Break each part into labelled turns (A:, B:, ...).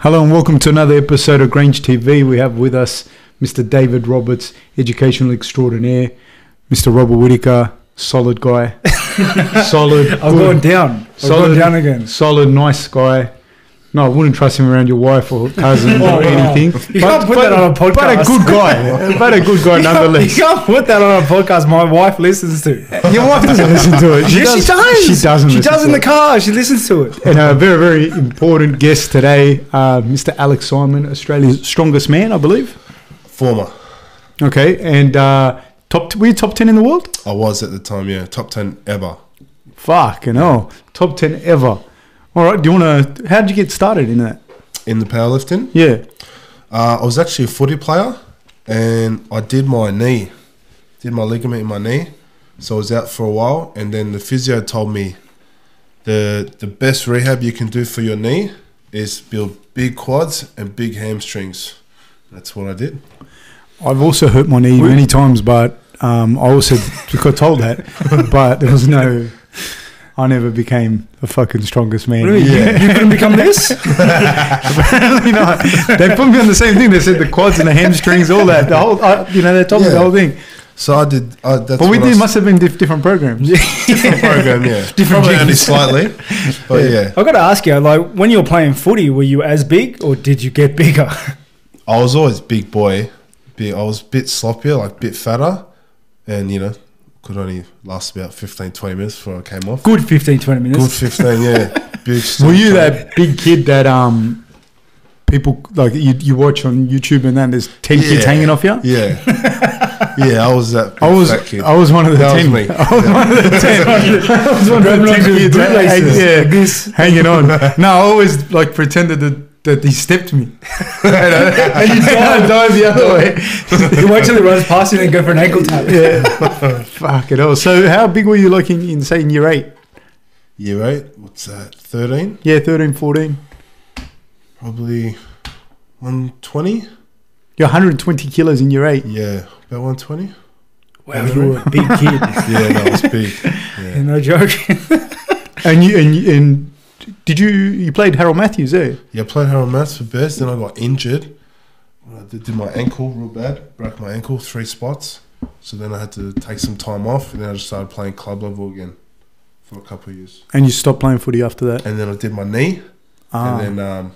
A: Hello and welcome to another episode of Grange TV. We have with us Mr. David Roberts, educational extraordinaire, Mr. Robert Whitaker, solid guy, solid,
B: I've gone
A: good,
B: down. I've
A: Solid.
B: gone down again.
A: solid, nice guy. No, I wouldn't trust him around your wife or cousin
B: Oh,
A: or
B: no.
A: anything.
B: You can't put that on a podcast.
A: But a good guy, but a good guy
B: You can't-
A: nonetheless.
B: You can't put that on a podcast my wife listens to.
A: Your wife doesn't listen to it.
B: yes, she does.
A: She doesn't.
B: She
A: listen
B: does
A: to
B: in the
A: it.
B: car. She listens to it.
A: And a very, very important guest today, uh, Mr. Alex Simon, Australia's strongest man, I believe.
C: Former.
A: Okay, and uh, top t- were you top ten in the world?
C: I was at the time, yeah. Top 10 ever.
A: Fucking hell, top ten ever. All right, do you want to? How did you get started in that?
C: In the powerlifting.
A: Yeah,
C: Uh, I was actually a footy player and I did my knee. Did my ligament in my knee. So I was out for a while and then the physio told me the the best rehab you can do for your knee is build big quads and big hamstrings. That's what I did.
A: I've also hurt my knee many times, but um, I also got told that, but there was no. I never became the fucking strongest man.
B: What do you mean? You, you couldn't become this?
A: Apparently not. They put me on the same thing. They said the quads and the hamstrings, all that. The whole, uh, you know, they told me the
C: Yeah.
A: whole thing.
C: So I did. I that's
A: But we
C: what I
A: did,
C: s-
A: must have been diff- different programs.
C: different program, yeah.
A: Different
C: Probably only
A: gyms.
C: slightly, but yeah.
B: I've got to ask you, like, when you were playing footy, were you as big or did you get bigger?
C: I was always big boy. Bit, I was a bit sloppier, like bit fatter, and you know, could only last about 15, 20 minutes before I came off.
B: Good 15, 20 minutes.
C: Good 15, yeah. Big
A: Were you
C: strong
A: that big kid that um people like you, you watch on YouTube and then there's ten kids
C: Yeah.
A: hanging off you?
C: fella. Yeah. yeah, I was that big
A: I was
C: fat kid.
A: I was one of the
C: That was
A: ten.
C: me.
A: I was one of the ten. I was one of the
B: Grabbing
A: ten
B: onto the
A: kids that-
B: bootlaces.
A: yeah,
B: Like this.
A: hanging on. No, I always like pretended that, that he stepped me. and you died. I died the other way.
B: You wait till he runs past you and go for an ankle tap.
A: Yeah. Fuck it all. So how big were you like in, in say in year eight?
C: Year 8, what's that, 13?
A: Yeah, 13, 14.
C: Probably 120?
A: You're 120 kilos in year eight.
C: Yeah, about 120?
B: Wow, you were a big kid.
C: Yeah, that was big. Yeah.
B: no joke.
A: And you and, you- and did you you played Harold Matthews there?
C: Yeah, I played Harold Maths for best, then I got injured. I did did my ankle real bad, broke my ankle three spots. So then I had to take some time off, and then I just started playing club level again for a couple of years.
A: And you stopped playing footy after that.
C: And then I did my knee,
A: Ah.
C: and then um,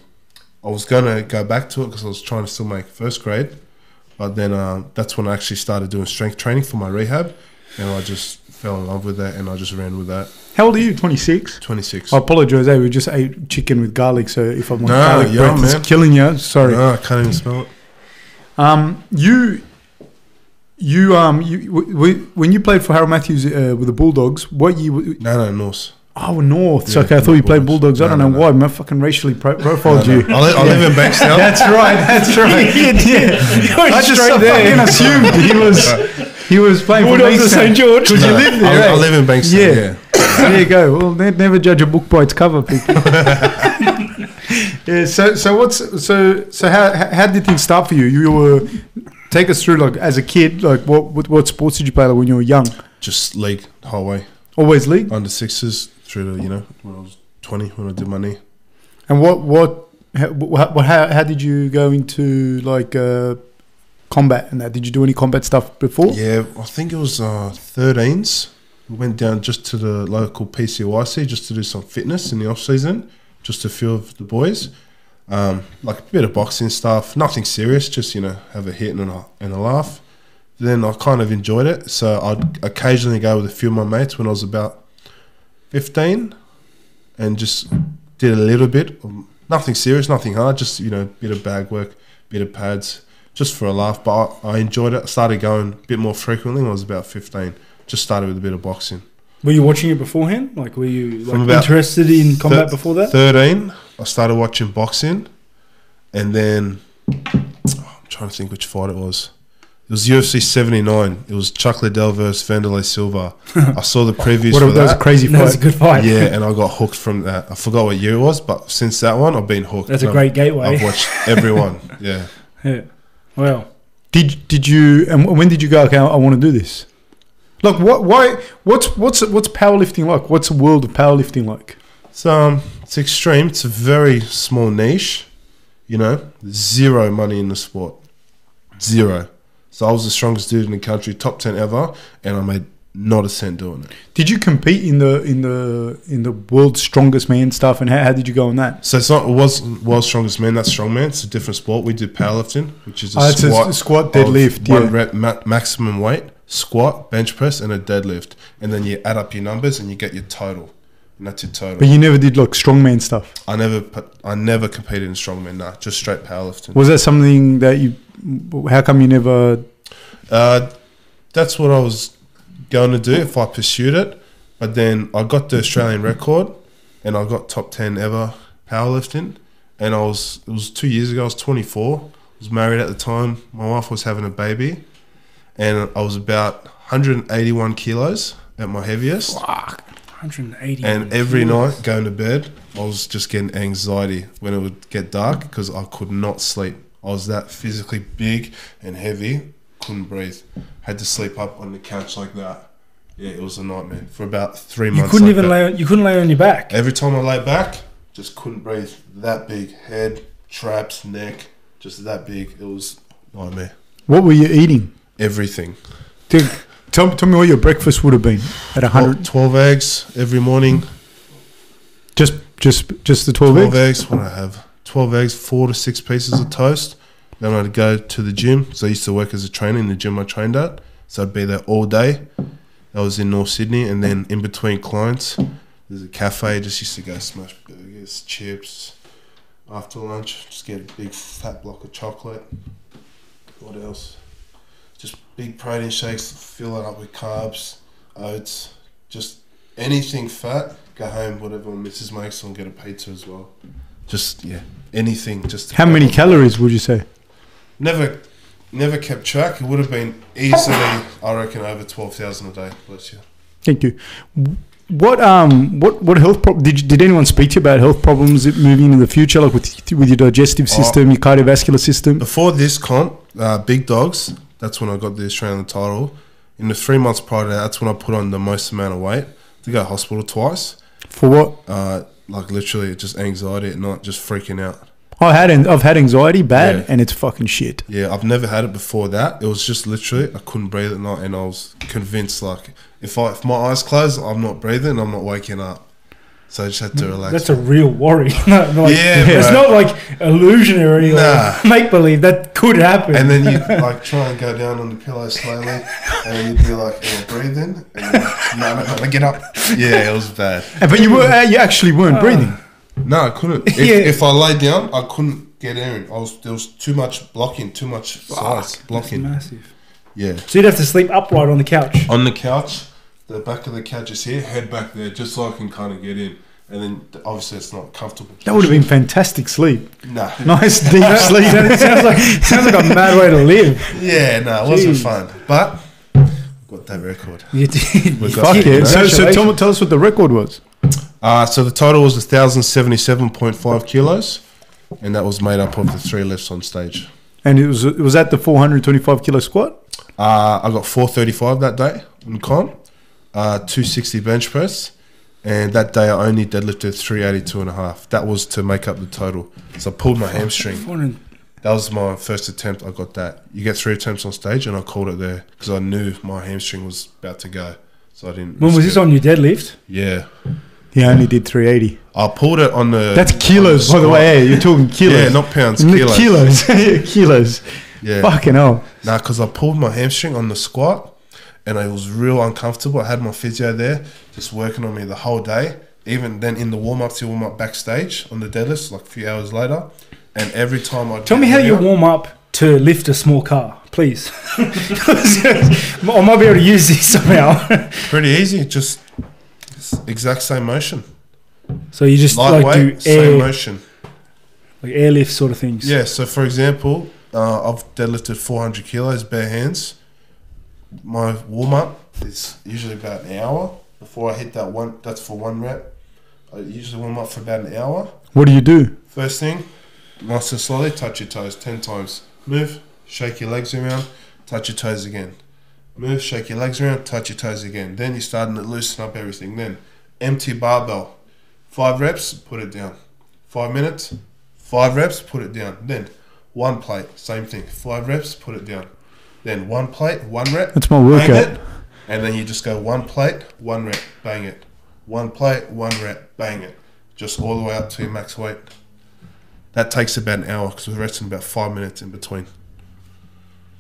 C: I was gonna go back to it because I was trying to still make first grade, but then um, that's when I actually started doing strength training for my rehab, and I just fell in love with that, and I just ran with that.
A: How old are you? 26?
C: Twenty six.
A: I apologize. eh, we just ate chicken with garlic, so if I'm on
C: No,
A: garlic
C: yeah,
A: breath,
C: man.
A: it's killing you. Sorry.
C: No, I can't even smell it.
A: Um, you, you, um, you, w- w- when you played for Harold Matthews uh, with the Bulldogs, what year? w-
C: No, no, Norse.
A: Oh, North.
C: Yeah,
A: okay, I thought you played Bulldogs.
C: Bulldogs.
A: I don't
C: No,
A: know why.
C: no,
A: Man, fucking racially pro- profiled
C: No,
A: you.
C: no. I, li- I live in Baxter.
A: That's right. That's right. yeah. I just
B: straight there.
A: fucking assumed he was he was playing for
B: Bulldogs of
A: Maidstone.
B: St. George.
A: Because you
C: No,
A: live there,
C: I, I
A: eh?
C: live in Bankstown.
A: Yeah.
C: Yeah.
A: there you go. Well, ne- never judge a book by its cover, people. yeah. So, so what's so so how how how did things start for you? You were take us through like as a kid, like what what, what sports did you play like, when you were young?
C: Just league highway
A: Always league.
C: under sixes through to you know when I was twenty when I did my knee.
A: And what what how, what how how did you go into like uh, combat and that? Did you do any combat stuff before?
C: Yeah, I think it was uh, thirteens. we went down just to the local PCYC just to do some fitness in the off season. Just a few of the boys, um, like a bit of boxing stuff. Nothing serious, just you know have a hit and a, and a laugh. Then I kind of enjoyed it, so I'd occasionally go with a few of my mates when I was about fifteen, and just did a little bit, of- nothing serious, nothing hard, just you know bit of bag work, bit of pads, just for a laugh. But I, I enjoyed it. I started going a bit more frequently when I was about 15. Just started with a bit of boxing.
B: Were you watching it beforehand? Like, were you
C: From
B: like,
C: about
B: interested in combat
C: Thir-
B: before that?
C: 13, I started watching boxing. And then oh, I'm trying to think which fight it was. It was UFC 79. It was Chuck Liddell versus Vanderlei Silva. I saw the previews
A: What
C: for
A: a, that was a
C: that.
A: crazy
B: that was
A: fight.
B: a good fight.
C: yeah, and I got hooked from that. I forgot what year it was, but since that one, I've been hooked.
B: That's a
C: And
B: great
C: I've, I've
B: gateway.
C: watched everyone. Yeah.
B: Yeah. Well,
A: Did did you and when did you go? Okay, I, want to do this. Like what? Why? What's what's what's powerlifting like? What's the world of powerlifting like?
C: So um, it's extreme. It's a very small niche. you know, zero money in the sport. Zero. So I was the strongest dude in the country, top 10 ever, and I made not a cent doing it.
A: Did you compete in the in the in the world's strongest man stuff? And how, how did you go on that?
C: So it's not, it was world's strongest man, that's strongman. It's a different sport. We did powerlifting, which is a
A: Oh, it's a
C: squat,
A: s- squat,
C: of
A: deadlift,
C: one
A: yeah.
C: rep ma- maximum weight, squat, bench press, and a deadlift. And then you add up your numbers and you get your total. And that's your total.
A: But you never did like strongman stuff.
C: I never, put, I never competed in strongman. Nah, just straight powerlifting.
A: Was that something that you? How come you never?
C: Uh, that's what I was going to do if I pursued it. But then I got the Australian record and I got top 10 ever powerlifting. And I was, it was two years ago, I was 24. I was married at the time. My wife was having a baby. And I was about 181 kilos at my heaviest.
B: 180.
C: And every night going to bed, I was just getting anxiety when it would get dark because I could not sleep. I was that physically big and heavy, couldn't breathe. Had to sleep up on the couch like that. Yeah, it was a nightmare for about three
B: You
C: months.
B: couldn't
C: like
B: even
C: that.
B: lay. On, you couldn't lay on your back.
C: Every time I lay back, just couldn't breathe. That big head, traps, neck, just that big. It was nightmare.
A: What were you eating?
C: Everything.
A: Dude, tell tell me what your breakfast would have been at hundred.
C: 12, eggs every morning.
A: Just just just the twelve,
C: 12
A: eggs.
C: eggs. What I have? 12 eggs, four to six pieces of toast. Then I'd go to the gym. So I used to work as a trainer in the gym I trained at. So I'd be there all day. I was in North Sydney. And then in between clients, there's a cafe. Just used to go smash burgers, chips. After lunch, just get a big fat block of chocolate. What else? Just big protein shakes, fill it up with carbs, oats, just anything fat. Go home, whatever. Mrs. Makes and get a pizza as well. Just yeah, anything. Just to
A: How
C: go
A: many
C: on.
A: calories would you say?
C: Never, never kept track. It would have been easily, I reckon, over twelve thousand a day. Bless you.
A: Thank you. What um what what health prob- did you, did anyone speak to you about health problems that moving into the future like with with your digestive
C: Oh.
A: system, your cardiovascular system?
C: Before this comp, uh, Big Dogs, that's when I got the Australian title. In the three months prior to that, that's when I put on the most amount of weight. To go to hospital twice,
A: For what?
C: uh, like literally just anxiety at night, just freaking out.
A: I had an- I've had anxiety bad
C: Yeah.
A: and it's fucking shit.
C: Yeah, I've never had it before that. It was just literally I couldn't breathe at night, and I was convinced like if I if my eyes close, I'm not breathing, I'm not waking up. So I just had to relax.
B: Mm, That's a real worry. No, no, like,
C: Yeah,
B: it's
C: bro.
B: not like illusionary
C: Nah.
B: or make believe. That could happen.
C: and then you like try and go down on the pillow slowly, and you'd be like, "Am I breathing?" And you're like, no, no, no, get up. Yeah, it was bad.
A: And- But you were uh, you actually weren't breathing.
C: No, I couldn't. If,
B: Yeah.
C: if I lay down, I couldn't get air in. I was there was too much blocking, too much size blocking.
B: massive.
C: Yeah,
B: So you'd have to sleep upright on the couch.
C: on the couch, the back of the couch is here, head back there, just so I can kind of get in. And then th- obviously it's not comfortable.
A: That would have been fantastic sleep.
C: been nah.
A: Nice deep sleep.
B: Sounds- sounds like sounds like a mad way to live.
C: Yeah, no, it wasn't
B: Jeez.
C: fun. But got that record.
B: You did.
C: We got
A: Fuck
C: it, you
A: yeah.
C: know?
A: So so tell, tell us what the record was.
C: Uh, so the total was 1,077.5 kilos, and that was made up of the three lifts on stage.
A: And it was was that the 425 kilo squat?
C: Uh, I got 435 that day in comp, uh, 260 bench press, and that day I only deadlifted 382 and a half. That was to make up the total. So I pulled my hamstring. That was my first attempt. I got that. You get three attempts on stage, and I called it there because I knew my hamstring was about to go. So I didn't.
B: When was
C: risk
B: this
C: it.
B: on your deadlift?
C: Yeah,
A: He only did 380.
C: I pulled it on the.
A: That's
C: on
A: kilos,
C: the
A: by the
C: squat.
A: way. Yeah, you're talking kilos.
C: Yeah, not pounds.
A: N-
C: Kilos.
A: Kilos. Yeah, kilos.
C: Yeah.
A: Fucking hell.
C: Nah, because I pulled my hamstring on the squat and I was real uncomfortable. I had my physio there just working on me the whole day. Even then in the warm ups, you warm up backstage on the deadlifts, like a few hours later. And every time I
B: Tell me how you warm up to lift a small car, please. 'Cause I might be able to use this somehow.
C: Pretty easy, just it's exact same motion.
B: so you just like
C: Lightweight,
B: do
C: same
B: air,
C: motion.
B: like airlift sort of things.
C: Yeah, so for example, uh, I've deadlifted 400 kilos bare hands. My warm up is usually about an hour before I hit that one. That's for one rep. I usually warm up for about an hour.
A: What do you do?
C: First thing, nice and slowly touch your toes 10 times. Move, shake your legs around, touch your toes again. Move, shake your legs around, touch your toes again. Then you're starting to loosen up everything. Then empty barbell. Five reps, put it down. Five minutes, Five reps, put it down. Then one plate, same thing. Five reps, put it down. Then one plate, one rep.
A: That's my
C: bang
A: workout.
C: it, and then you just go one plate, one rep, bang it. One plate, one rep, bang it. Just all the way up to your max weight. That takes about an hour because we're resting about five minutes in between.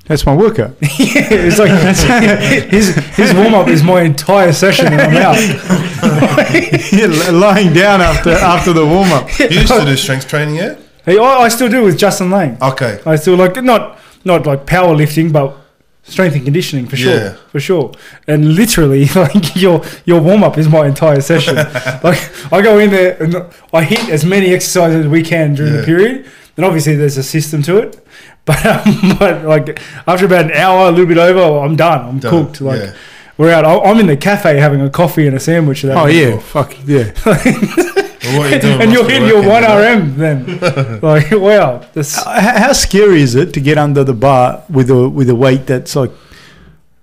A: That's my workout.
B: it's like his, his warm up is my entire session and I'm out.
A: You're li- lying down after after the warm up.
C: You used to do strength training, yeah?
B: Hey, I, I still do with Justin Lane.
C: Okay.
B: I still like not not like powerlifting, but strength and conditioning for sure,
C: Yeah.
B: for sure. And literally, like your your warm up is my entire session. like I go in there and I hit as many exercises as we can during the
C: Yeah.
B: period. And obviously, there's a system to it. But, um, but like after about an hour, a little bit over, I'm done. I'm
C: Done,
B: cooked. Like
C: yeah.
B: we're out. I- I'm in the cafe having a coffee and a sandwich. at that
A: Oh
B: point.
A: yeah, fuck yeah.
C: Well, what doing
B: and
C: must
B: you're
C: be
B: hitting your
C: working,
B: one
C: you know?
B: RM then. like wow, this
A: H- How scary is it to get under the bar with a with a weight that's like?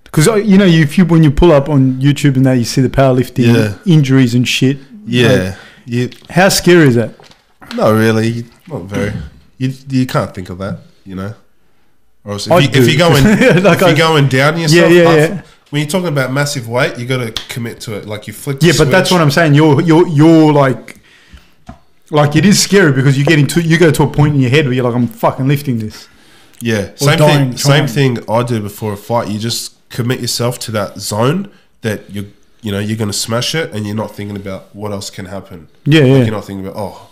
A: Because you know, you, if you when you pull up on YouTube and that, you see the powerlifting
C: Yeah.
A: injuries and shit.
C: Yeah. You,
A: How scary is that?
C: not really. Not very. You, you can't think of that, you know? Or else if,
A: I
C: you,
A: do.
C: if you're going,
A: Like
C: if you're
A: I-
C: going down
A: Yeah,
C: yourself,
A: yeah,
C: apart
A: yeah.
C: from- when you're talking about massive weight, you got to commit to it. Like you flick. the
A: Yeah, but that's
C: switch.
A: what I'm saying. You're you're you're like, like it is scary because you get into you go to a point in your head where you're like, I'm fucking lifting this.
C: Yeah, same
B: dying
C: thing. Same
B: trying.
C: thing I do before a fight. You just commit yourself to that zone that you you know you're going to smash it, and you're not thinking about what else can happen.
A: Yeah,
C: Like,
A: yeah.
C: you're not thinking about oh,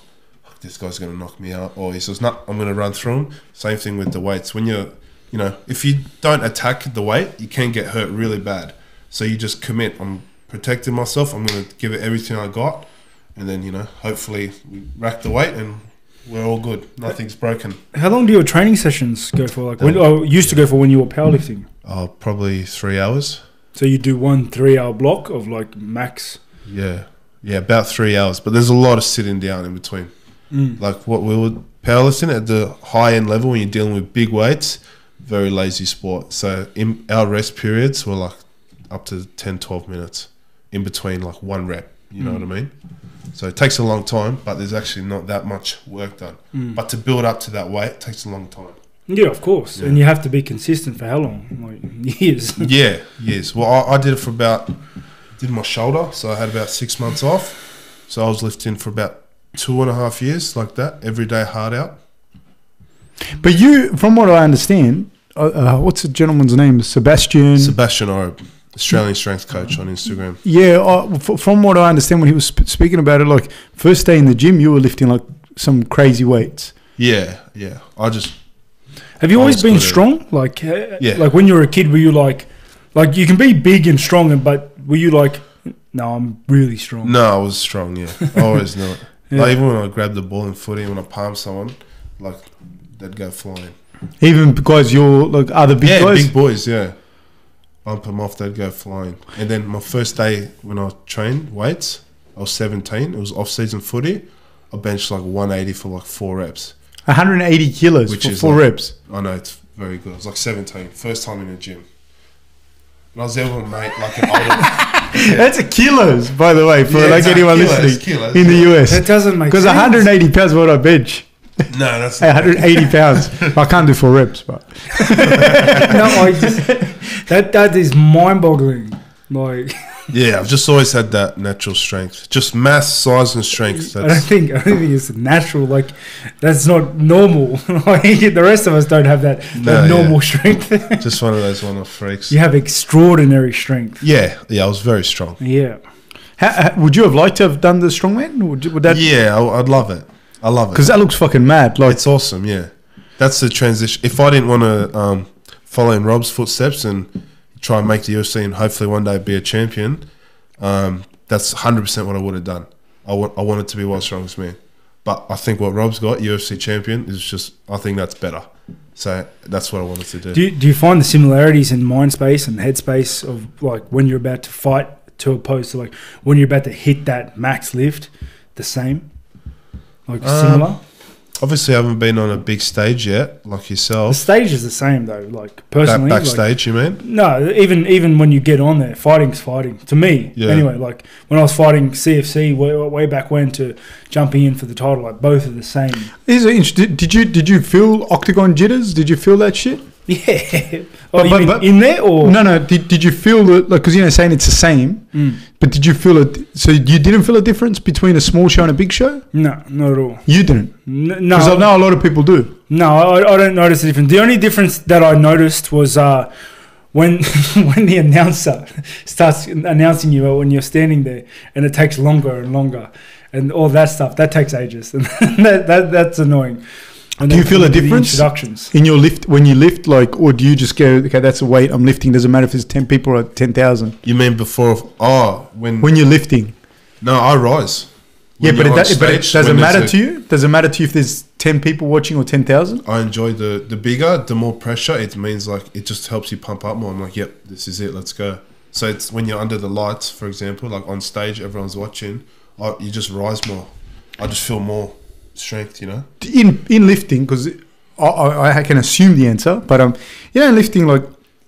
C: this guy's going to knock me out, or he says no, I'm going to run through him. Same thing with the weights. When you're you know if you don't attack the weight, you can get hurt really bad. So you just commit. I'm protecting myself. I'm going to give it everything I got, and then you know hopefully we rack the weight and we're all good. Nothing's broken.
B: How long do your training sessions go for? Like when I used to go for when you were powerlifting.
C: Oh, probably three hours.
B: So you do one three-hour block of like max.
C: Yeah, yeah, about three hours. But there's a lot of sitting down in between. Like what we were powerlifting at the high end level when you're dealing with big weights, very lazy sport. So in our rest periods were like up to 10, 12 minutes in between like one rep. You know what I mean? So it takes a long time, but there's actually not that much work done. But to build up to that weight takes a long time.
B: Yeah, of course. And you have to be consistent for how long? Like years.
C: Yeah, yes. Well, I, I did it for about did my shoulder, so I had about six months off. So I was lifting for about two and a half years, like that, every day hard out.
A: But you, from what I understand, uh, uh, what's the gentleman's name? Sebastian.
C: Sebastian Orb, Australian strength coach on Instagram.
A: yeah, uh, f- from what I understand, when he was sp- speaking about it, like first day in the gym, you were lifting like some crazy weights.
C: Yeah, yeah. I just
B: Have you
C: I
B: always
C: was
B: been
C: good at it.
B: strong? Like uh,
C: Yeah.
B: Like when you were a kid, were you like, like you can be big and strong, and but were you like, no, I'm really strong.
C: no, I was strong. Yeah, I always knew it.
B: Yeah.
C: Like even when I grabbed the ball and footy, when I palmed someone, like they'd go flying.
A: Even guys, you're like other big
C: yeah,
A: guys.
C: big boys. Yeah, bump them off, they'd go flying. And then my first day when I trained weights, I was 17. It was off-season footy. I benched like 180 for like four reps.
A: 180 kilos
C: Which
A: for
C: is
A: four
C: like-
A: reps.
C: I know it's very good. I was like 17, first time in a gym. And I was there with a mate, like an older.
A: That's a kilos, by the way, for
C: Yeah,
A: like
C: exactly.
A: anyone
C: Kilos,
A: listening
C: kilos,
A: in
C: yeah.
A: the
B: That
A: US.
B: doesn't make
A: Because
B: sense.
A: 180 pounds, what I bench.
C: no, that's
A: Hey, 180 pounds. I can't do four reps, but
B: no, I just, that that is mind-boggling. Like
C: yeah. I've just always had that natural strength, just mass, size, and strength.
B: I don't
C: That's
B: think I don't think it's natural. Like that's not normal. like the rest of us don't have that,
C: No,
B: that
C: yeah.
B: normal strength.
C: just one of those one-off freaks.
B: you have extraordinary strength.
C: yeah, yeah. I was very strong.
B: Yeah.
A: how, how, would you have liked to have done the strongman? Would, you- would that?
C: yeah, I, I'd love it. I love it.
A: Because that looks fucking mad. Like
C: Oh, It's awesome, yeah. That's the transition. If I didn't want to um, follow in Rob's footsteps and try and make the UFC and hopefully one day be a champion, um, that's 100% what I would have done. I want I wanted to be world's strongest man. But I think what Rob's got, UFC champion, is just, I think that's better. So that's what I wanted to do.
B: Do you, do you find the similarities in mind space and headspace of like when you're about to fight to opposed to like when you're about to hit that max lift, the same, like
C: Um,
B: similar?
C: Obviously, I haven't been on a big stage yet, like
B: The
C: yourself.
B: stage is the same though. Like
C: Back,
B: personally, like-
C: backstage, you mean?
B: no, even even when you get on there, fighting's fighting to me.
C: Yeah.
B: Anyway, like when I was fighting CFC way, way back when to jumping in for the title, like both are the same.
A: Is it inter- did, did you did you feel octagon jitters? Did you feel that shit?
B: Yeah.
A: But-
B: Oh, you
A: but-
B: mean
A: but-
B: in there or
A: No, no. Did, did you feel that? Like, because you know, saying it's the same,
B: Mm.
A: but did you feel it? So you didn't feel a difference between a small show and a big show?
B: no, not at all.
A: You didn't,
B: N-
A: because
B: no,
A: I know a lot of people do.
B: No, I, I don't notice the difference. The only difference that I noticed was uh, when when the announcer starts announcing you uh, when you're standing there, and it takes longer and longer, and all that stuff. That takes ages, and that, that that's annoying. And
A: Do you
B: then
A: feel a
B: the
A: difference?
B: Introductions.
A: In your lift, when you lift, like, or do you just go, okay, that's a weight I'm lifting. Doesn't matter if it's ten people or ten thousand.
C: You mean before? Oh, when?
A: When you're lifting,
C: no, I rise.
A: yeah,
C: When
A: but it,
C: you're on
A: do- but it
C: stage,
A: doesn't
C: when there's
A: matter
C: a-
A: to you. Doesn't matter to you if there's ten people watching or ten thousand.
C: I enjoy the the bigger, the more pressure. It means like it just helps you pump up more. I'm like, yep, this is it. Let's go. So it's when you're under the lights, for example, like on stage, everyone's watching. I, you just rise more. I just feel more strength. You know.
A: in in lifting because I, I, I can assume the answer, but um, you know, in lifting like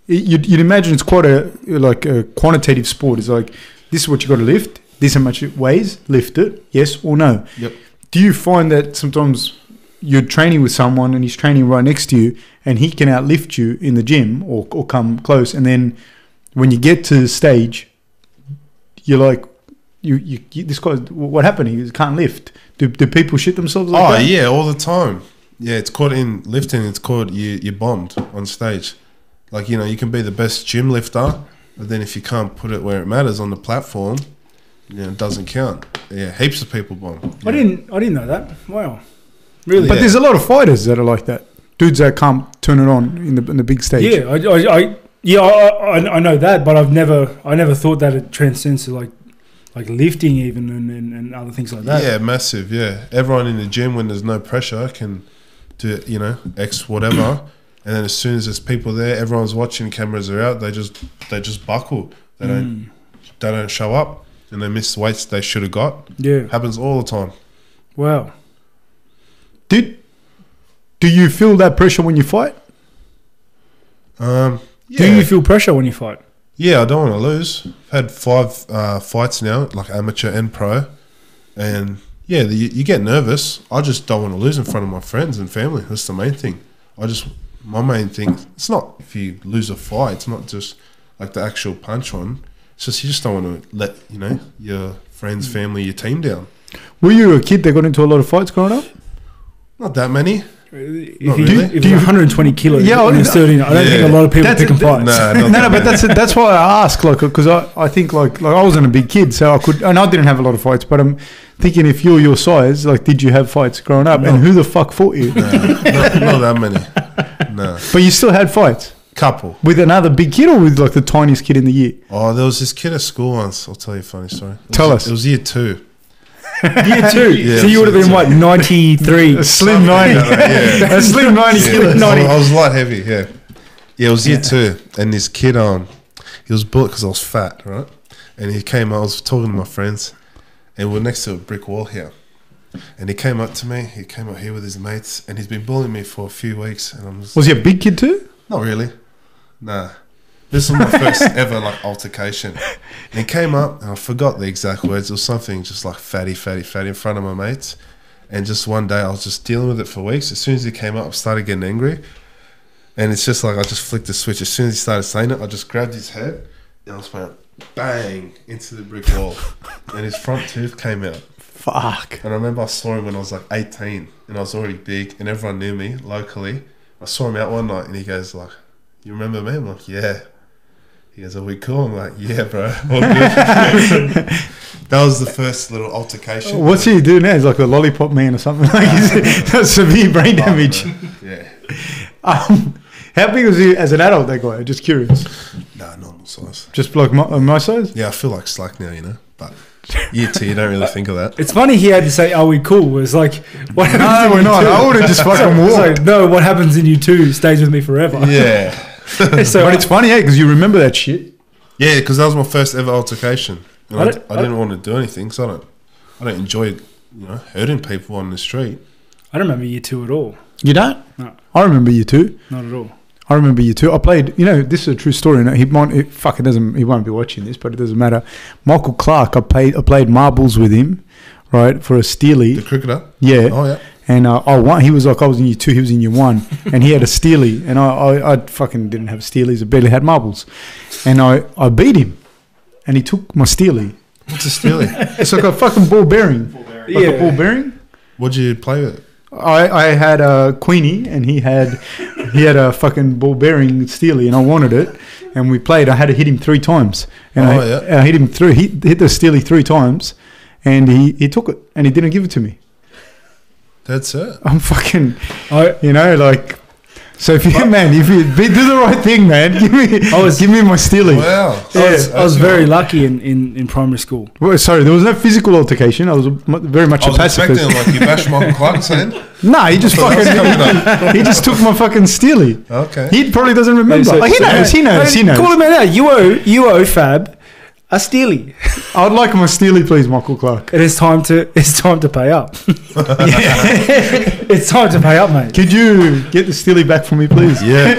A: you'd, you'd imagine it's quite a like a quantitative sport. It's like this is what you got to lift. This is how much it weighs. Lift it, yes or no.
C: Yep.
A: Do you find that sometimes you're training with someone and he's training right next to you, and he can outlift you in the gym or or come close, and then when you get to the stage, you're like. You, you, you- this guy, what happened? He can't lift. Do, do people shit themselves? Like
C: oh
A: that?
C: yeah, all the time. Yeah, it's called in lifting. It's called you. You bombed on stage. Like you know, you can be the best gym lifter, but then if you can't put it where it matters on the platform, you know, it doesn't count. Yeah, heaps of people bomb.
B: I
C: Yeah.
B: didn't I didn't know that. Wow, really?
A: But
C: Yeah.
A: there's a lot of fighters that are like that. Dudes that can't turn it on in the in the big stage.
B: Yeah, I, I, I yeah, I, I, I know that, but I've never, I never thought that it transcends to like, like lifting even and, and, and other things like that.
C: Yeah, massive. Yeah, everyone in the gym when there's no pressure can do you know X whatever, and then as soon as there's people there, everyone's watching, cameras are out. They just they just buckle. They don't
B: Mm.
C: they don't show up, and they miss weights they should have got.
B: yeah.
C: Happens all the time.
B: Wow.
A: Did do you feel that pressure when you fight?
C: Um,
B: Do
C: yeah.
B: you feel pressure when you fight?
C: Yeah, I don't want to lose. I've had five uh, fights now, like amateur and pro, and yeah, the, you get nervous. I just don't want to lose in front of my friends and family. That's the main thing. I just my main thing. It's not if you lose a fight. It's not just like the actual punch on. It's just you just don't want to let you know your friends, family, your team down.
A: Were you a kid that got into a lot of fights growing up?
C: Not that many.
B: If
C: Not
B: you,
C: really.
B: if
A: Do
B: you're
A: you-
B: 120 kilos
A: Yeah,
B: yeah,
A: I-
B: and you're 13, I don't
C: Yeah.
B: think a lot of people
A: That's
B: pick
A: a-
B: and fight.
C: Nah,
A: No,
C: not
A: no,
C: that
A: but
C: many.
A: that's that's why I ask, like, because I, I think like like I wasn't a big kid, so I could and I didn't have a lot of fights. But I'm thinking if you're your size, like, did you have fights growing up, and
C: No.
A: who the fuck fought you?
C: No, not, not that many. No,
A: But you still had fights
C: couple.
A: with another big kid or with like the tiniest kid in the year.
C: Oh, there was this kid at school once. I'll tell you a funny story. It
A: Tell
C: was-
A: us.
C: It was year two.
B: Year two.
C: Yeah,
B: so you would have been,
C: so-
B: what, 93?
A: A slim ninety,
C: Yeah.
A: a slim ninety
C: Yeah,
A: kilo,
C: I was-
A: ninety.
C: I was light heavy, yeah. Yeah, it was year two, and this kid, um, he was bullied because I was fat, right? And he came, I was talking to my friends, and we're next to a brick wall here. And he came up to me, he came up here with his mates, and he's been bullying me for a few weeks, and I'm just,
A: Was he a big kid too?
C: not really, nah. This was my first ever like altercation. And he came up, and I forgot the exact words, or something just like fatty, fatty, fatty in front of my mates. And just one day, I was just dealing with it for weeks. As soon as he came up, I started getting angry. And it's just like I just flicked the switch. As soon as he started saying it, I just grabbed his head and I just went bang into the brick wall. and his front tooth came out.
A: Fuck.
C: And I remember I saw him when I was like 18 and I was already big and everyone knew me locally. I saw him out one night and he goes like, you remember me? I'm like, yeah. He goes, are we cool? I'm like, yeah, bro. All good." that was the first little altercation.
A: What's he doing now? He's like a lollipop man or something. Like he's that's severe brain
C: Oh, man.
A: damage.
C: Yeah.
A: Um, how big was he as an adult? That guy. Just curious.
C: Nah, normal size.
A: Just like my, uh, my size.
C: Yeah, I feel like slack now, you know. But year two, you don't really think of that.
B: It's funny he had to say, are we cool? It was like, what happens
A: No,
B: in
A: we're
B: you
A: not.
B: two?
A: I would have just fucking
B: It's
A: walked.
B: like, no, what happens in you two stays with me forever.
C: Yeah,
B: so
A: but it's funny, yeah, because you remember that shit.
C: yeah, because that was my first ever altercation. And
B: I
C: I,
B: don't-
C: I,
B: I
C: didn't want to do anything, so I don't, I don't enjoy, you know, hurting people on the street.
B: I don't remember year two at all.
A: You don't?
B: No.
A: I remember you two.
B: Not at all.
A: I remember you too. I played. You know, this is a true story. And he might. It, fuck, it doesn't. He won't be watching this, but it doesn't matter. Michael Clark. I played. I played marbles with him, right? For a
C: The
A: steely.
C: cricketer.
A: Yeah.
C: Oh yeah.
A: And uh, I won. He was like I was in year two. He was in year one, and he had a steely, and I, I, I fucking didn't have steelies. I barely had marbles, and I, I beat him, and he took my steely.
C: What's a steely?
A: It's like a fucking ball bearing, like a ball bearing.
C: What'd you play with?
A: I, I had a Queenie and he had he had a fucking ball bearing Steely and I wanted it and we played. I had to hit him three times and
C: Oh,
A: I,
C: yeah.
A: I hit him through hit, hit the Steely three times and he, he took it and he didn't give it to me.
C: That's it.
A: I'm fucking
B: I,
A: you know like so if you man if you be- do the right thing man give me
B: I was-
A: give me my Steely.
C: Wow.
B: I was, I was
C: that's-
B: very lucky in, in, in primary school.
A: Well, sorry, there was no physical altercation. I was mu- very much
C: I
A: a
C: was expecting
A: pacifist.
C: like you bash Michael Clark's hand.
A: Nah, he just
C: That's
A: fucking
C: coming up.
A: he just took my fucking Steely.
C: Okay.
A: He probably doesn't remember.
B: So-
A: Like, he
B: so-
A: knows. He knows. He knows.
B: Call him out. You owe, you owe Fab a steely.
A: I'd like my Steely, please, Michael Clark.
B: It is time to it's time to pay up. it's time to pay up, mate.
A: Could you get the Steely back for me, please?
C: Yeah,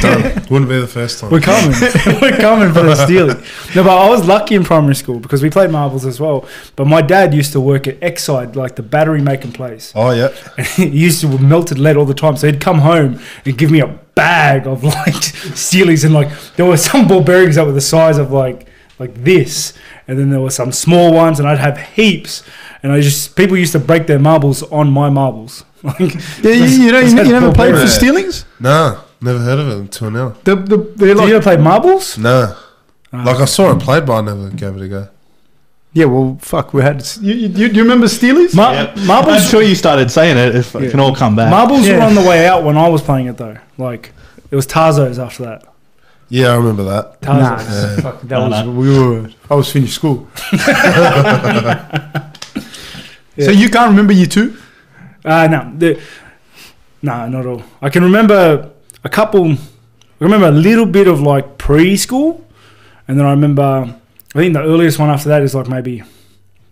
C: done. Wouldn't be the first time.
B: We're coming. We're coming for the Steely. No, but I was lucky in primary school because we played marbles as well. But my dad used to work at Exide, like the battery making place.
C: Oh yeah,
B: he used to melted lead all the time. So he'd come home and give me a bag of like steelies and like there were some ball bearings that were the size of like like this, and then there were some small ones, and I'd have heaps. And I just people used to break their marbles on my marbles. Like
A: Yeah, you, you know, you,
B: That's
A: you never
B: Bob
A: played for
C: Barrett.
A: Steelings?
C: nah, never heard of it until now.
A: The, the, they're
B: do
A: like,
B: you ever play marbles?
C: Nah,
B: Ah.
C: like I saw it played, but I never gave it a go.
A: yeah, well, fuck, we had. You, you, you do you remember Steelings?
B: Mar-
D: Yep. I'm
B: Marbles,
D: sure you started saying it. If
B: Yeah.
D: it can all come back.
B: marbles were
A: Yeah.
B: on the way out when I was playing it though. Like it was Tarzos after that.
C: Yeah, I remember that.
B: Tarzos.
C: Yeah.
A: fuck, that
D: No,
A: was.
D: no.
A: We were. I was finished school.
B: Yeah.
A: So you can't remember you two?
B: Uh, no, the, no, not at all. I can remember a couple. I remember a little bit of like preschool, and then I remember. I think the earliest one after that is like maybe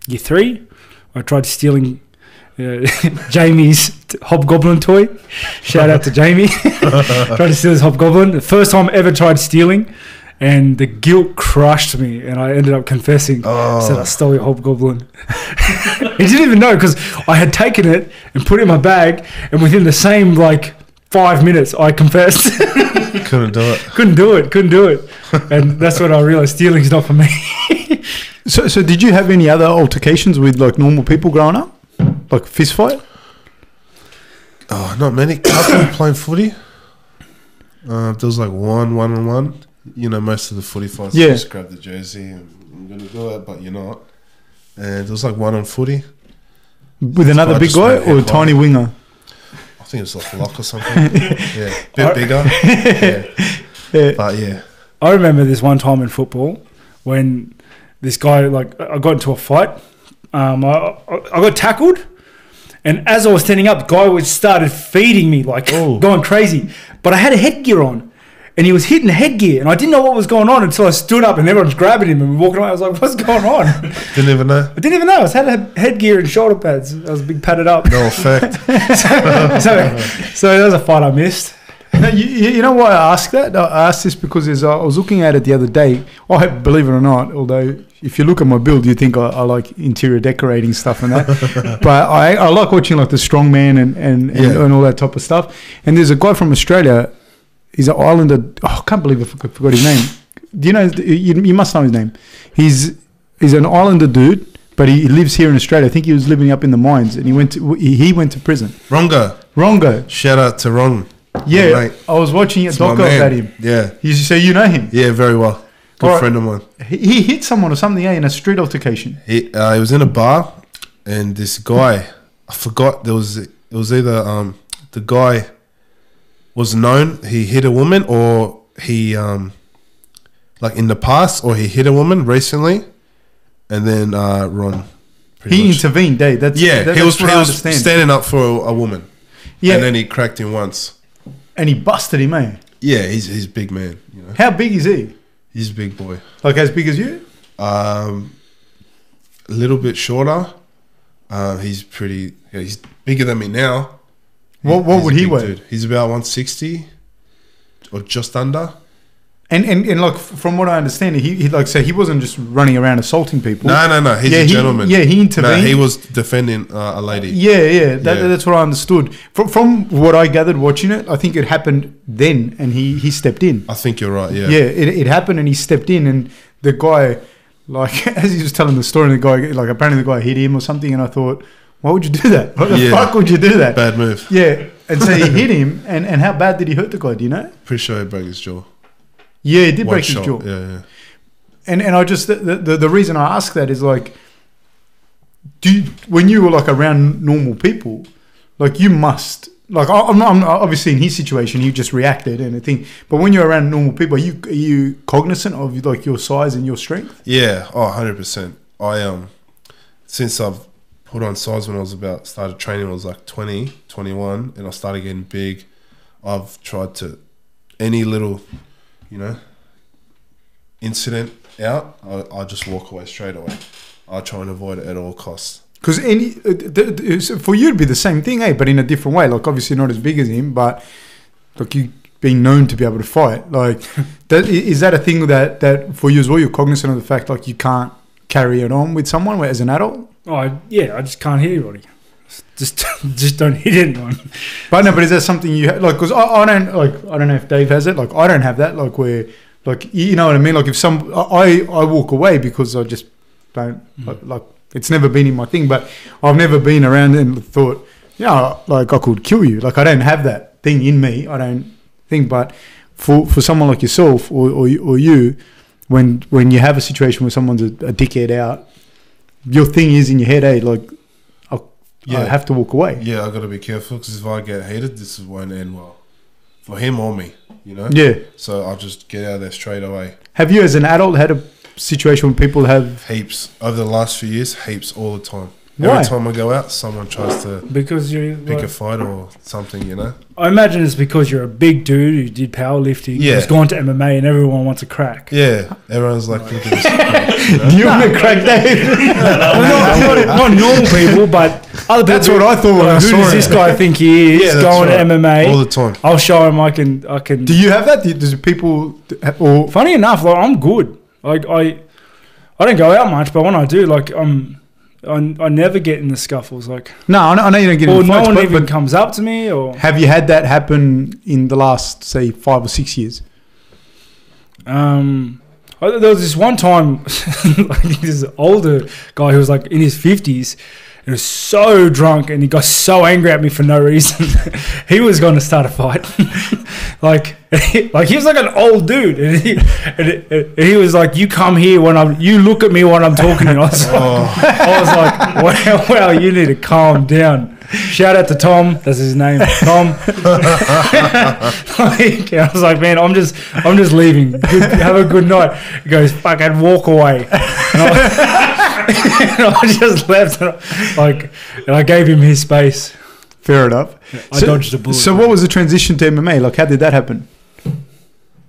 B: year three. I tried stealing uh, Jamie's t- hobgoblin toy. Shout out to Jamie. tried to steal his hobgoblin. The first time I ever tried stealing, and the guilt crushed me, and I ended up confessing said I
C: Oh,
B: stole your hobgoblin. he didn't even know because I had taken it and put it in my bag, and within the same like five minutes, I confessed.
C: couldn't do it.
B: couldn't do it. Couldn't do it. And that's when I realized stealing's not for me.
A: So, so did you have any other altercations with like normal people growing up? Like fist fight?
C: Oh, not many. Couple playing footy. Uh, there was like one, one on one. You know, most of the footy fights,
A: Yeah.
C: you just grab the jersey and I'm gonna do it, but you're not. And there was like one on footy.
A: With another
C: I
A: big
C: just
A: guy
C: don't
A: or a
C: hit
A: tiny winger?
C: I think it was like a lock or something. yeah, bit bigger. Yeah.
A: Yeah.
C: But yeah,
B: I remember this one time in football when this guy like I got into a fight. Um, I, I I got tackled, and as I was standing up, guy was started feeding me like going crazy. But I had a headgear on, and he was hitting the headgear, and I didn't know what was going on until I stood up and everyone's grabbing him and walking away. I was like, "What's going on?" I
C: didn't even know.
B: didn't even know. I was had a headgear and shoulder pads. I was big padded up.
C: No effect.
B: so, so that was a fight I missed.
A: No, you, you you know why I ask that? I ask this because as I was looking at it the other day, I believe it or not, although if you look at my build, you think I, I like interior decorating stuff and that, but I, I like watching like the strongman and and, and,
C: Yeah.
A: and all that type of stuff. And there's a guy from Australia. He's an islander. Oh, I can't believe I forgot forgot his name. Do you know? You, you must know his name. He's he's an islander dude, but he lives here in Australia. I think he was living up in the mines, and he went to, he he went to prison.
C: Rongo.
A: Rongo.
C: Shout out to Ron.
A: Yeah,
C: mate.
A: I was watching a
C: It's my
A: doco
C: man.
A: about him.
C: Yeah.
A: You say you know him.
C: Yeah, very well. Good
A: Alright.
C: friend of mine.
A: He, he hit someone or something eh, in a street altercation.
C: He, uh, he was in a bar, and this guy, I forgot there was it was either um the guy was known he hit a woman or he um like in the past or he hit a woman recently, and then uh Ron. pretty
A: He
C: much-
A: intervened. Eh? That's
C: yeah,
A: that-
C: he
A: that's
C: was, he
A: what I
C: was
A: understand.
C: standing up for a, a woman.
A: yeah,
C: and then he cracked him once.
A: he busted him. Eh?
C: Yeah, he's he's a big man. You know,
A: How big is he?
C: he's a big boy.
A: Like as big as you?
C: Um, a little bit shorter. Uh, he's pretty. Yeah, he's bigger than me now,
A: What- what
C: he's a
A: would he
C: big
A: weigh?
C: dude. He's about 160 or just under.
A: And and and like from what I understand, he, he like so he wasn't just running around assaulting people.
C: No, no, no. He's
A: yeah,
C: a
A: he-
C: gentleman.
A: yeah, he
C: No,
A: intervened.
C: he was defending uh, a lady.
A: Yeah, yeah, that,
C: Yeah.
A: that's what I understood from from what I gathered watching it. I think it happened then, and he he stepped in.
C: I think you're right. Yeah.
A: Yeah, it, it happened, and he stepped in, and the guy, like as he was telling the story, and the guy like apparently the guy hit him or something, and I thought, why would you do that? What the
C: Yeah.
A: fuck would you do that?
C: Bad move.
A: Yeah, and so he hit him, and and how bad did he hurt the guy? Do you know?
C: Pretty sure he broke his jaw.
A: Yeah, he did
C: One
A: break
C: shot.
A: his jaw.
C: Yeah, yeah.
A: and and I just the, the the reason I ask that is like, do you, when you were like around normal people, like you must like I, I'm, I'm obviously in his situation you just reacted and a thing, but when you're around normal people, are you are you cognizant of like your size and your strength?
C: Yeah, oh, 100%. I um since I've put on size when I was about started training when I was like 20, 21 and I started getting big, I've tried to any little, you know, incident out, I, I just walk away straight away. I try and avoid it at all costs.
A: Because any uh, th- th- so for you it'd be the same thing, eh? But in a different way. Like obviously not as big as him, but like you being known to be able to fight. Like that i- is that a thing that that for you as well? You're cognizant of the fact like you can't carry it on with someone where- as an adult.
B: Oh, I- yeah, I just can't hit anybody. Just, just don't hit anyone.
A: But no, but is that something you ha- like? Because I, I don't like. I don't know if Dave has it. Like I don't have that. Like where, like you you know what I mean. Like if some, I I walk away because I just don't like, like. It's never been in my thing. But I've never been around and thought, yeah, like I could kill you. Like I don't have that thing in me. I don't think. But for for someone like yourself or or, you- or you, when when you have a situation where someone's a, a dickhead out, your thing is in your head, eh? Like I, I
C: Yeah.
A: have to walk away.
C: Yeah, I got to be careful because if I get heated, this won't end well for him or me, you know?
A: Yeah.
C: So I'll just get out of there straight away.
A: Have you, as an adult, had a situation where people have?
C: Heaps. Over the last few years, heaps all the time.
A: Why?
C: Every time I go out, someone tries to
B: Because you,
C: pick
B: like,
C: a fight or something, you know?
B: I imagine it's because you're a big dude who did powerlifting,
C: Yeah.
B: who's gone to MMA, and everyone wants a crack.
C: Yeah, everyone's like thinking this.
A: Do you want to crack that?
B: Well, not, not, not normal people, but other people.
A: That's what I thought when I
B: Who
A: saw
B: does this
A: it.
B: guy think he is
C: Yeah, that's
B: going
C: right.
B: to MMA?
C: all the time.
B: I'll show him I can. I can.
A: Do you have that? Do you- Does people or
B: Funny enough, like I'm good. Like I, I don't go out much, but when I do, like I'm, I, I never get in the scuffles. Like
A: no? I know, I know you don't get
B: or
A: in
B: no
A: fights,
B: one
A: but,
B: even
A: but
B: comes up to me, or
A: have you had that happen in the last say five or six years?
B: um. I, there was this one time, I think this older guy who was like in his fifties. and was so drunk, and he got so angry at me for no reason. he was going to start a fight. like, like he was like an old dude, and he, and, and he was like, "You come here when I'm. You look at me when I'm talking." And I was like,
C: Oh,
B: I was like, wow, wow, you need to calm down. Shout out to Tom. That's his name, Tom. like, I was like, man, I'm just, I'm just leaving. Good, have a good night. He goes, fucking walk away. And I, and I just left. And I, like, and I gave him his space.
A: Fair enough.
B: I
A: So-
B: dodged a bullet.
A: So what was the transition to MMA? Like how did that happen?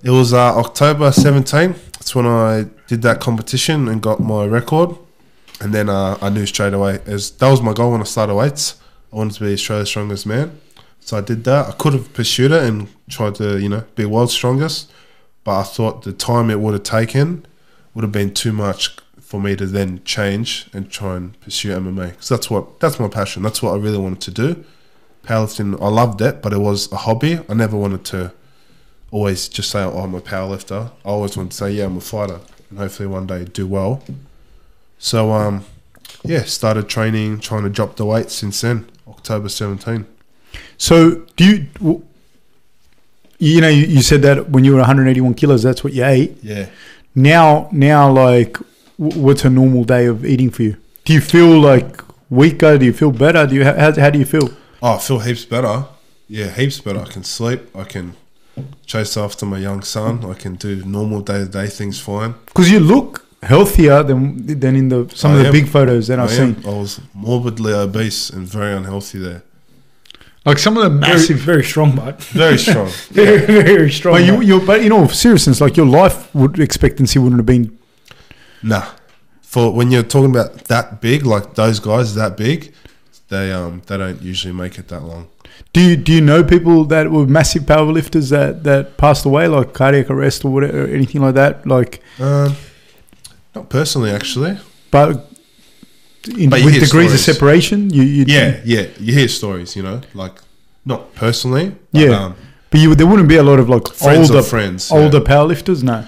C: it was uh, October 17th. That's when I did that competition and got my record. And then uh, I knew straight away. As that was my goal when I started weights. I wanted to be Australia's strongest man. So I did that. I could have pursued it and tried to, you know, be world's strongest. But I thought the time it would have taken would have been too much for me to then change and try and pursue MMA. Because that's what that's my passion. That's what I really wanted to do. Powerlifting, I loved it, but it was a hobby. I never wanted to always just say, "Oh, I'm a powerlifter." I always wanted to say, "Yeah, I'm a fighter," and hopefully one day do well. So, um, yeah, started training, trying to drop the weight since then. October 17.
A: So do you? w- You know, you, you said that when you were 181 kilos, that's what you ate.
C: Yeah.
A: Now, now, like, w- what's a normal day of eating for you? Do you feel like weaker? Do you feel better? Do you how, how do you feel?
C: Oh, I feel heaps better. Yeah, heaps better. I can sleep. I can chase after my young son. I can do normal day to day things fine.
A: Because you look healthier than than in the some
C: I
A: of the
C: am.
A: big photos that
C: I,
A: I've
C: am-
A: seen.
C: I was morbidly obese and very unhealthy there.
A: Like some of the
B: very, very strong, but
C: Very strong.
B: very, very strong.
A: But you,
B: mate.
A: you, but in all seriousness, like your life would expectancy wouldn't have been.
C: Nah. For when you're talking about that big, like those guys that big, they um they don't usually make it that long.
A: Do you do you know people that were massive powerlifters that that passed away, like cardiac arrest or whatever, or anything like that? Like,
C: Um, not personally, actually.
A: but, in,
C: But you
A: with
C: hear
A: degrees of
C: stories.
A: separation, you, you
C: Yeah, yeah. You hear stories, you know, like not personally.
A: Yeah.
C: um,
A: But you, there wouldn't be a lot of like
C: friends
A: older
C: of friends. yeah.
A: older powerlifters, no.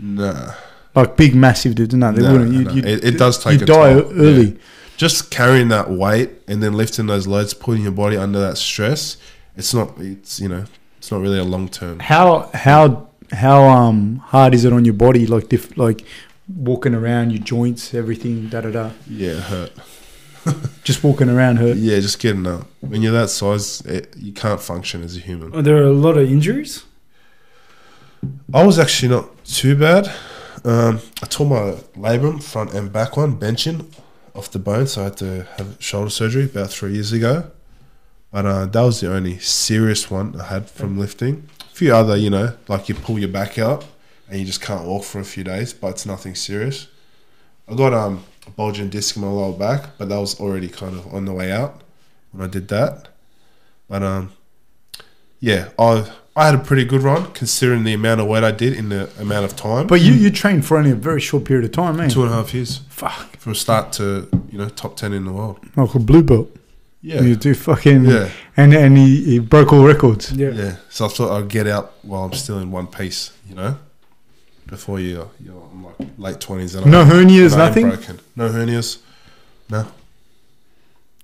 C: Nah,
A: Like big, massive dudes, no. They
C: No,
A: wouldn't. You,
C: no.
A: you,
C: It- it does take
A: You
C: a
A: die
C: toll,
A: early.
C: just carrying that weight and then lifting those loads, putting your body under that stress. It's not. It's you know. It's not really a long term.
A: How how how um hard is it on your body? Like diff, like walking around your joints, everything, da da da.
C: Yeah, it hurt.
A: Just walking around hurt.
C: Yeah, just getting up. When you're that size, it, you can't function as a human.
B: Are there a lot of injuries?
C: I was actually not too bad. Um, I tore my labrum, front and back one, benching off the bone, so I had to have shoulder surgery about three years ago. But uh, that was the only serious one I had from lifting. A few other, you know, like you pull your back out and you just can't walk for a few days, but it's nothing serious. I got um, a bulging disc in my lower back, but that was already kind of on the way out when I did that. But um, yeah, I I had a pretty good run considering the amount of weight I did in the amount of time.
A: But you you trained for only a very short period of time, man.
C: two and a half years
A: Fuck,
C: from start to you know top ten in the world.
A: like a blue belt. You
C: Yeah,
A: do fucking
C: yeah,
A: and and he, he broke all records.
B: Yeah.
C: yeah. So I thought I'd get out while I'm still in one piece, you know, before you you're I'm like late twenties and
A: No
C: I'm,
A: hernias,
C: and I am
A: nothing.
C: broken. No hernias.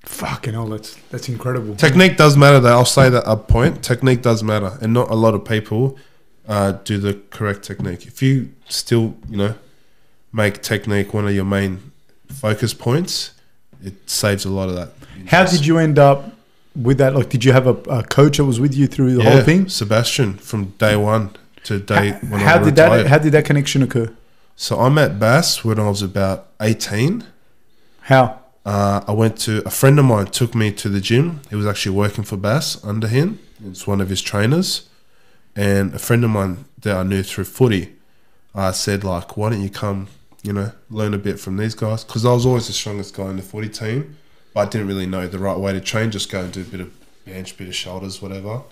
A: Fucking hell, that's that's incredible.
C: Technique does matter, though. I'll say that up point. Technique does matter, and not a lot of people uh, do the correct technique. If you still, you know, make technique one of your main focus points, it saves a lot of that.
A: How did you end up with that? Like, did you have a, a coach that was with you through the whole thing?
C: Sebastian, from day one to day
A: How,
C: when
A: how
C: I
A: did
C: retired.
A: that? How did that connection occur?
C: so I met Bass when I was about eighteen.
A: How?
C: Uh, I went to a friend of mine took me to the gym. He was actually working for Bass under him. It's one of his trainers, and a friend of mine that I knew through footy, I said like, "Why don't you come? You know, learn a bit from these guys?" Because I was always the strongest guy in the footy team, but I didn't really know the right way to train. Just go and do a bit of bench, bit of shoulders, whatever.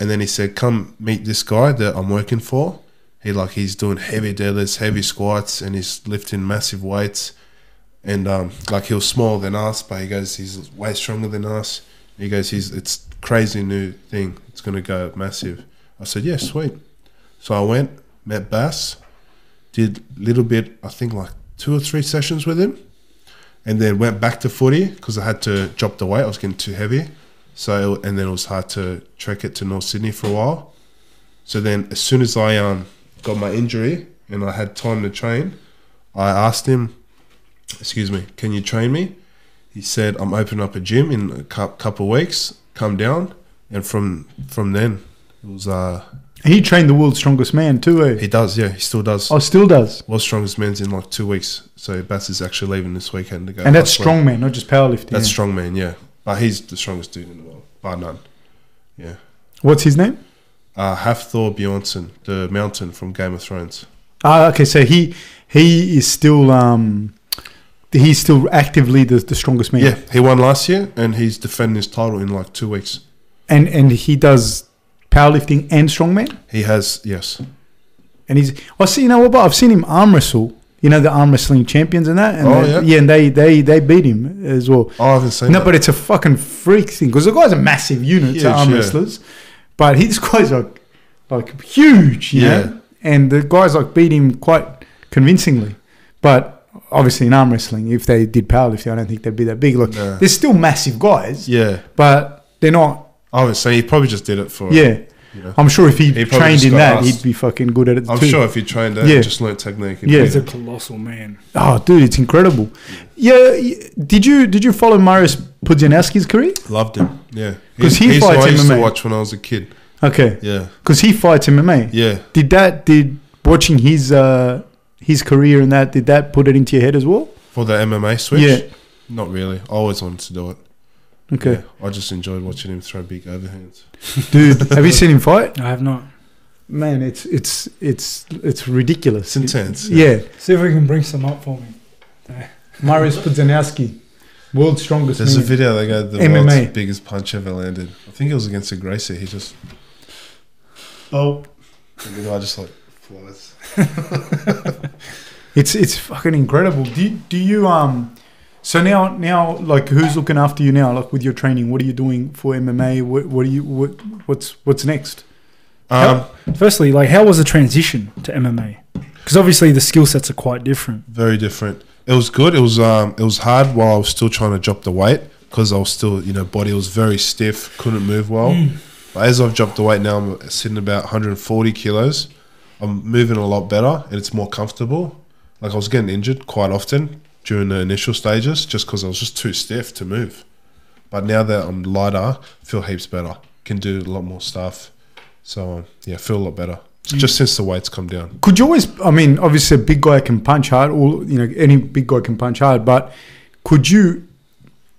C: And then he said, "Come meet this guy that I'm working for. He like he's doing heavy deadlifts, heavy squats, and he's lifting massive weights." and um, like he was smaller than us, but he goes, he's way stronger than us. He goes, he's it's crazy new thing. It's gonna go massive. I said, yeah, sweet. So I went, met Bass, did little bit, I think like two or three sessions with him, and then went back to footy because I had to drop the weight. I was getting too heavy, so and then it was hard to trek it to North Sydney for a while. So then, as soon as I um, got my injury and I had time to train, I asked him excuse me, can you train me? He said, I'm opening up a gym in a cou- couple of weeks. Come down, and from from then it was uh
A: He trained the world's strongest man too. Eh?
C: he does yeah he still does.
A: Oh, still does.
C: World's strongest men's in like two weeks, so Bass is actually leaving this weekend to go.
A: And that's
C: last week.
A: strong man, not just powerlifting. eh?
C: That's strong man, yeah. But he's the strongest dude in the world, bar none. Yeah.
A: What's his name?
C: Uh, Hafthor Bjornsson, the mountain from Game of Thrones.
A: Ah, okay. So he he is still um he's still actively the, the strongest man.
C: Yeah, he won last year, and he's defending his title in like two weeks.
A: And and he does powerlifting and strongman.
C: He has yes,
A: And he's I see you know what but I've seen him arm wrestle. You know the arm wrestling champions and that. And
C: Oh,
A: they-
C: yeah.
A: and they they they beat him as well.
C: Oh, I haven't seen.
A: No,
C: that.
A: but it's a fucking freak thing because the guy's a massive unit
C: Huge,
A: to arm
C: yeah.
A: wrestlers, but his guy's like like huge, you
C: Yeah.
A: know. And the guys like beat him quite convincingly, but obviously in arm wrestling, if they did powerlifting, I don't think they'd be that big. Look,
C: No.
A: they're still massive guys,
C: yeah,
A: but they're not.
C: I haven't seen. He probably just did it for
A: Yeah,
C: you know.
A: I'm sure if he,
C: He probably
A: trained
C: just
A: in
C: got
A: that,
C: asked.
A: he'd be fucking good at it
C: I'm
A: too.
C: sure if you trained that,
A: Yeah.
C: and just learned technique. it'd
A: Yeah.
C: be
B: He's a
C: good.
B: colossal man.
A: Oh, dude, it's incredible. Yeah, y- did you did you follow Marius Pudzianowski's career?
C: loved him. Yeah,
A: 'Cause he
C: He's- he's who
A: fights
C: I used
A: MMA.
C: to watch when I was a kid.
A: Okay,
C: Yeah,
A: because he fights MMA.
C: yeah.
A: Did that did watching his uh his career and that did that put it into your head as well?
C: For the MMA switch.
A: Yeah.
C: Not really. I always wanted to do it.
A: Okay,
C: Yeah. I just enjoyed watching him throw big overhands.
A: dude, have you seen him fight?
B: I have not.
A: Man, it's it's it's it's ridiculous.
C: It's intense.
A: Yeah,
B: See if we can bring some up for me.
A: Marius Pudzianowski. World's strongest
C: There's a
A: man.
C: video they go the
A: MMA.
C: world's biggest punch ever landed. I think it was against a Gracie. He just oh, and the guy just like flies.
A: It's it's fucking incredible. Do you, do you um? So now now like who's looking after you now? Like with your training, what are you doing for MMA? What what are you what what's what's next?
C: Um,
B: Firstly, like, how was the transition to MMA? Because obviously the skill sets are quite different.
C: very different. It was good. It was um, it was hard while I was still trying to drop the weight because I was still you know body was very stiff, couldn't move well. But as I've dropped the weight now, I'm sitting about 140 kilos. I'm moving a lot better and it's more comfortable. Like I was getting injured quite often during the initial stages just because I was just too stiff to move. But now that I'm lighter, feel heaps better. Can do a lot more stuff. So um, yeah, feel a lot better. Just since the weight's come down.
A: Could you always? I mean, obviously, a big guy can punch hard. All you know, any big guy can punch hard. But could you?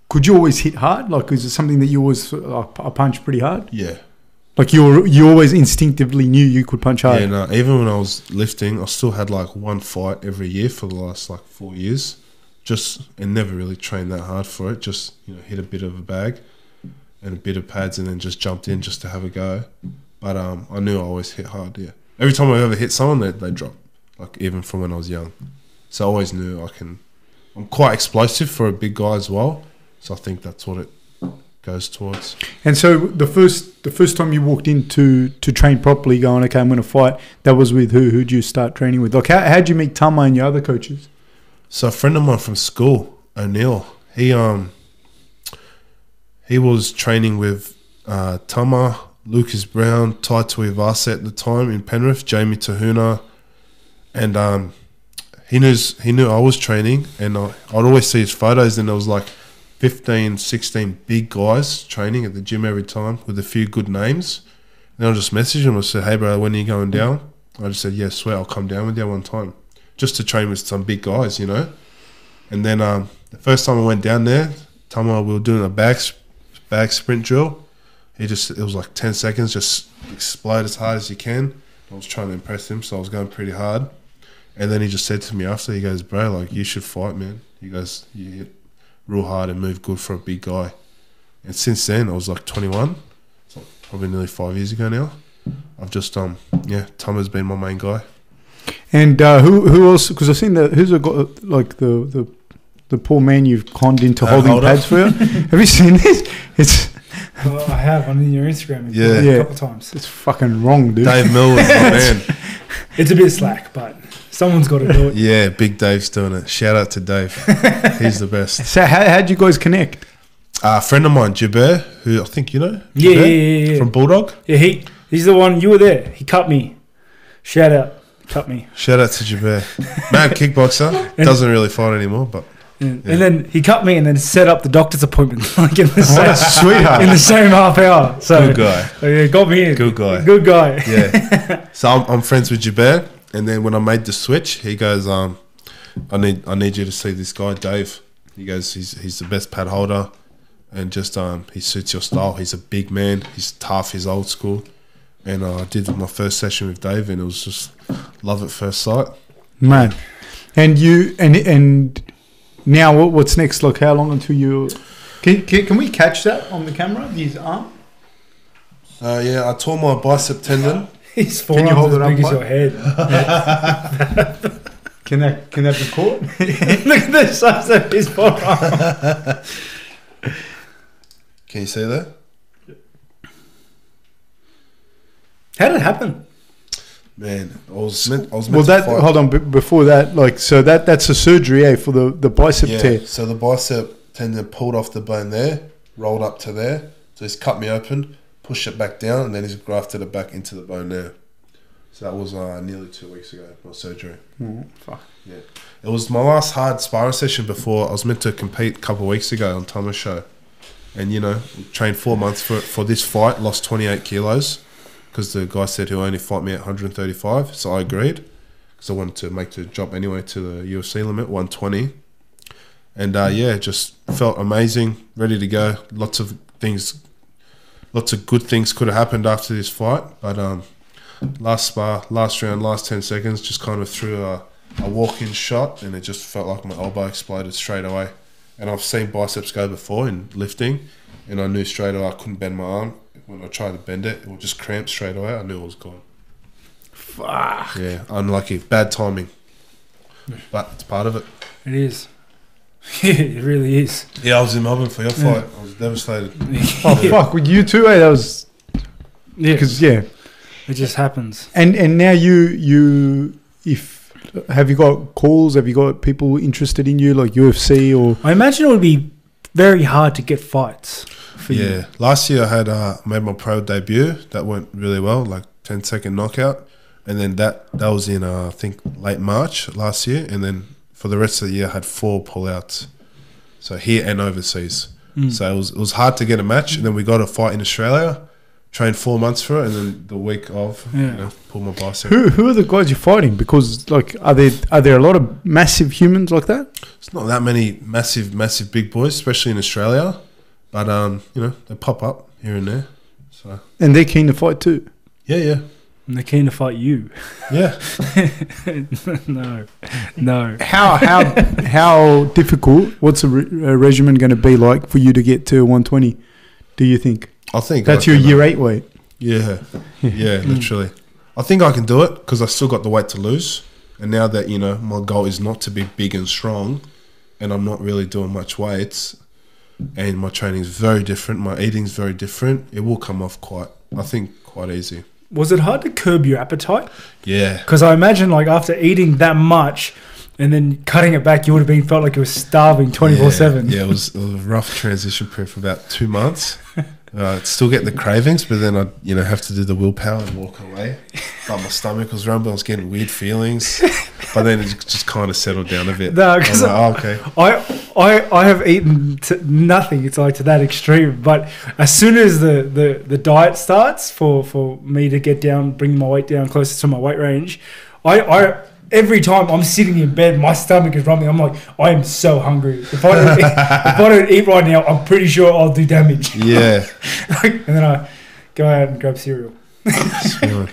A: Could you always hit hard? Like, is it something that you always uh, I punch pretty hard?
C: Yeah.
A: Like you were, you always instinctively knew you could punch hard.
C: Yeah, no, even when I was lifting, I still had like one fight every year for the last like four years. Just and never really trained that hard for it. Just you know, hit a bit of a bag and a bit of pads, and then just jumped in just to have a go. But um, I knew I always hit hard. Yeah, every time I ever hit someone, they they drop. Like even from when I was young, so I always knew I can. I'm quite explosive for a big guy as well, so I think that's what it goes towards.
A: And so the first the first time you walked in to, to train properly, going okay, I'm going to fight. That was with who? Who'd you start training with? Like how how'd you meet Tama and your other coaches?
C: So a friend of mine from school, O'Neill, he um he was training with uh, Tama, Lucas Brown, Tai Tuivasa at the time in Penrith, Jamie Tahuna, and um he knew he knew I was training, and I, I'd always see his photos, and there was like 15, 16 big guys training at the gym every time with a few good names. And I just messaged him. I said, "Hey, bro, when are you going down?" I just said, "Yeah, swear, I'll come down with you one time." just to train with some big guys, you know. And then um, the first time I went down there, Tama, we were doing a back s- back sprint drill. He just it was like ten seconds, just explode as hard as you can. I was trying to impress him, so I was going pretty hard. And then he just said to me after, he goes, "Bro, like you should fight, man. He goes, you hit real hard and move good for a big guy." And since then, I was like 21, so probably nearly five years ago now. I've just um yeah, Tama's been my main guy.
A: And uh, who who else? Because I've seen the who's a go- like the the the poor man you've conned into
C: Uh,
A: holding
C: Holder.
A: pads for you. Have you seen this? It's
B: Well, I have on your Instagram
C: Yeah.
B: a
A: Yeah.
B: couple times.
A: it's fucking wrong, dude.
C: Dave Mill was my man.
B: It's a bit slack, but someone's got to do it.
C: Yeah, Big Dave's doing it. Shout out to Dave. He's the best.
A: So how how'd you guys connect?
C: A friend of mine, Jabir, who I think you know.
B: Yeah, yeah,
C: Jabir?
B: yeah, yeah.
C: From Bulldog.
B: yeah he, he's the one. You were there. He cut me. Shout out, cut me.
C: Shout out to Jabir. Mad kickboxer. Doesn't really fight anymore, but
B: And,
C: Yeah.
B: and then he cut me, and then set up the doctor's appointment like in the
A: What a
B: same in
A: sweetheart.
B: the same half hour. So
C: good guy.
B: so, yeah, got me in.
C: Good guy.
B: Good guy.
C: Yeah. So I'm, I'm friends with Jabir, and then when I made the switch, he goes, um, I need I need you to see this guy, Dave. He goes, he's he's the best pad holder, and just um, he suits your style. He's a big man. He's tough. He's old school. And uh, I did my first session with Dave, and it was just love at first sight.
A: Man, and you and and now what, what's next? Like how long until you? Can, can, can we catch that on the camera? His arm.
C: Uh, yeah, I tore my bicep tendon.
B: His
A: you
B: forearms
A: hold
B: as
A: it up,
B: big as
A: mate?
B: your head.
A: Can that can that be caught?
B: Look at the size of his forearm.
C: Can you see that?
B: How did it happen?
C: Man, I was meant, I was
A: well,
C: meant
A: that
C: to fight.
A: hold on. b- Before that, like so that that's a surgery, eh, for the the bicep tear.
C: Yeah, so the bicep tendon pulled off the bone there, rolled up to there. So he's cut me open, pushed it back down, and then he's grafted it back into the bone there. So that was uh, nearly two weeks ago, my surgery.
A: Mm-hmm. fuck.
C: Yeah. It was my last hard sparring session before I was meant to compete a couple of weeks ago on Thomas Show. And, you know, trained four months for for this fight, lost 28 kilos because the guy said he'll only fight me at 135. So I agreed because I wanted to make the jump anyway to the UFC limit, 120. And uh, yeah, just felt amazing, ready to go. Lots of things, lots of good things could have happened after this fight. But um, last spar, last round, last 10 seconds, just kind of threw a, a walk in shot and it just felt like my elbow exploded straight away. And I've seen biceps go before in lifting, and I knew straight away I couldn't bend my arm. When I tried to bend it, it would just cramp straight away. I knew it was gone.
B: Fuck.
C: Yeah, unlucky, bad timing, but it's part of it.
B: It is. it really is.
C: Yeah, I was in Melbourne for your
B: Yeah.
C: fight. I was devastated.
A: Oh fuck! With you too, eh? That was
B: Yeah,
A: because yeah.
B: it just happens.
A: And and now you you if have you got calls? Have you got people interested in you like UFC or
B: I imagine it would be very hard to get fights for
C: yeah.
B: you.
C: Last year I had uh, made my pro debut. That went really well, like 10 second knockout. And then that that was in uh, I think late March last year. And then for the rest of the year I had four pullouts. So here and overseas.
B: Mm.
C: So it was it was hard to get a match and then we got a fight in Australia, trained four months for it and then the week of you
B: Yeah.
C: know, pulled my bicep.
A: who who are the guys you're fighting? Because like are there are there a lot of massive humans like that?
C: It's not that many massive, massive big boys, especially in Australia. But um, you know, they pop up here and there. So
A: And they're keen to fight too.
C: yeah, yeah.
B: And they're keen to fight you.
C: Yeah.
B: no, no.
A: How how how difficult? What's a, re- a regimen going to be like for you to get to 120? Do you think
C: I think
A: that's
C: I
A: your
C: can,
A: year
C: uh,
A: eight weight?
C: Yeah,
A: Yeah.
C: yeah, literally. I think I can do it because I still got the weight to lose, and now that you know my goal is not to be big and strong, and I'm not really doing much weights, and my training is very different, my eating's very different. It will come off quite, I think, quite easy.
B: Was it hard to curb your appetite?
C: Yeah,
B: Because I imagine, like, after eating that much and then cutting it back, you would have been felt like you were starving 24 7.
C: Yeah, yeah, it was, it was a rough transition period for about two months. Uh, I'd still get the cravings, but then I, would you know, have to do the willpower and walk away. But my stomach was rumbling. I was getting weird feelings, but then it just kind of settled down a bit.
B: No,
C: I was
B: 'cause
C: like, oh, okay.
B: I, I, I have eaten to nothing. It's like to that extreme. But as soon as the, the, the diet starts for, for me to get down, bring my weight down closer to my weight range, I, I every time I'm sitting in bed, my stomach is rumbling. I'm like, I am so hungry. If I don't eat, if I don't eat right now, I'm pretty sure I'll do damage.
C: Yeah,
B: and then I go out and grab cereal.
C: it's fine.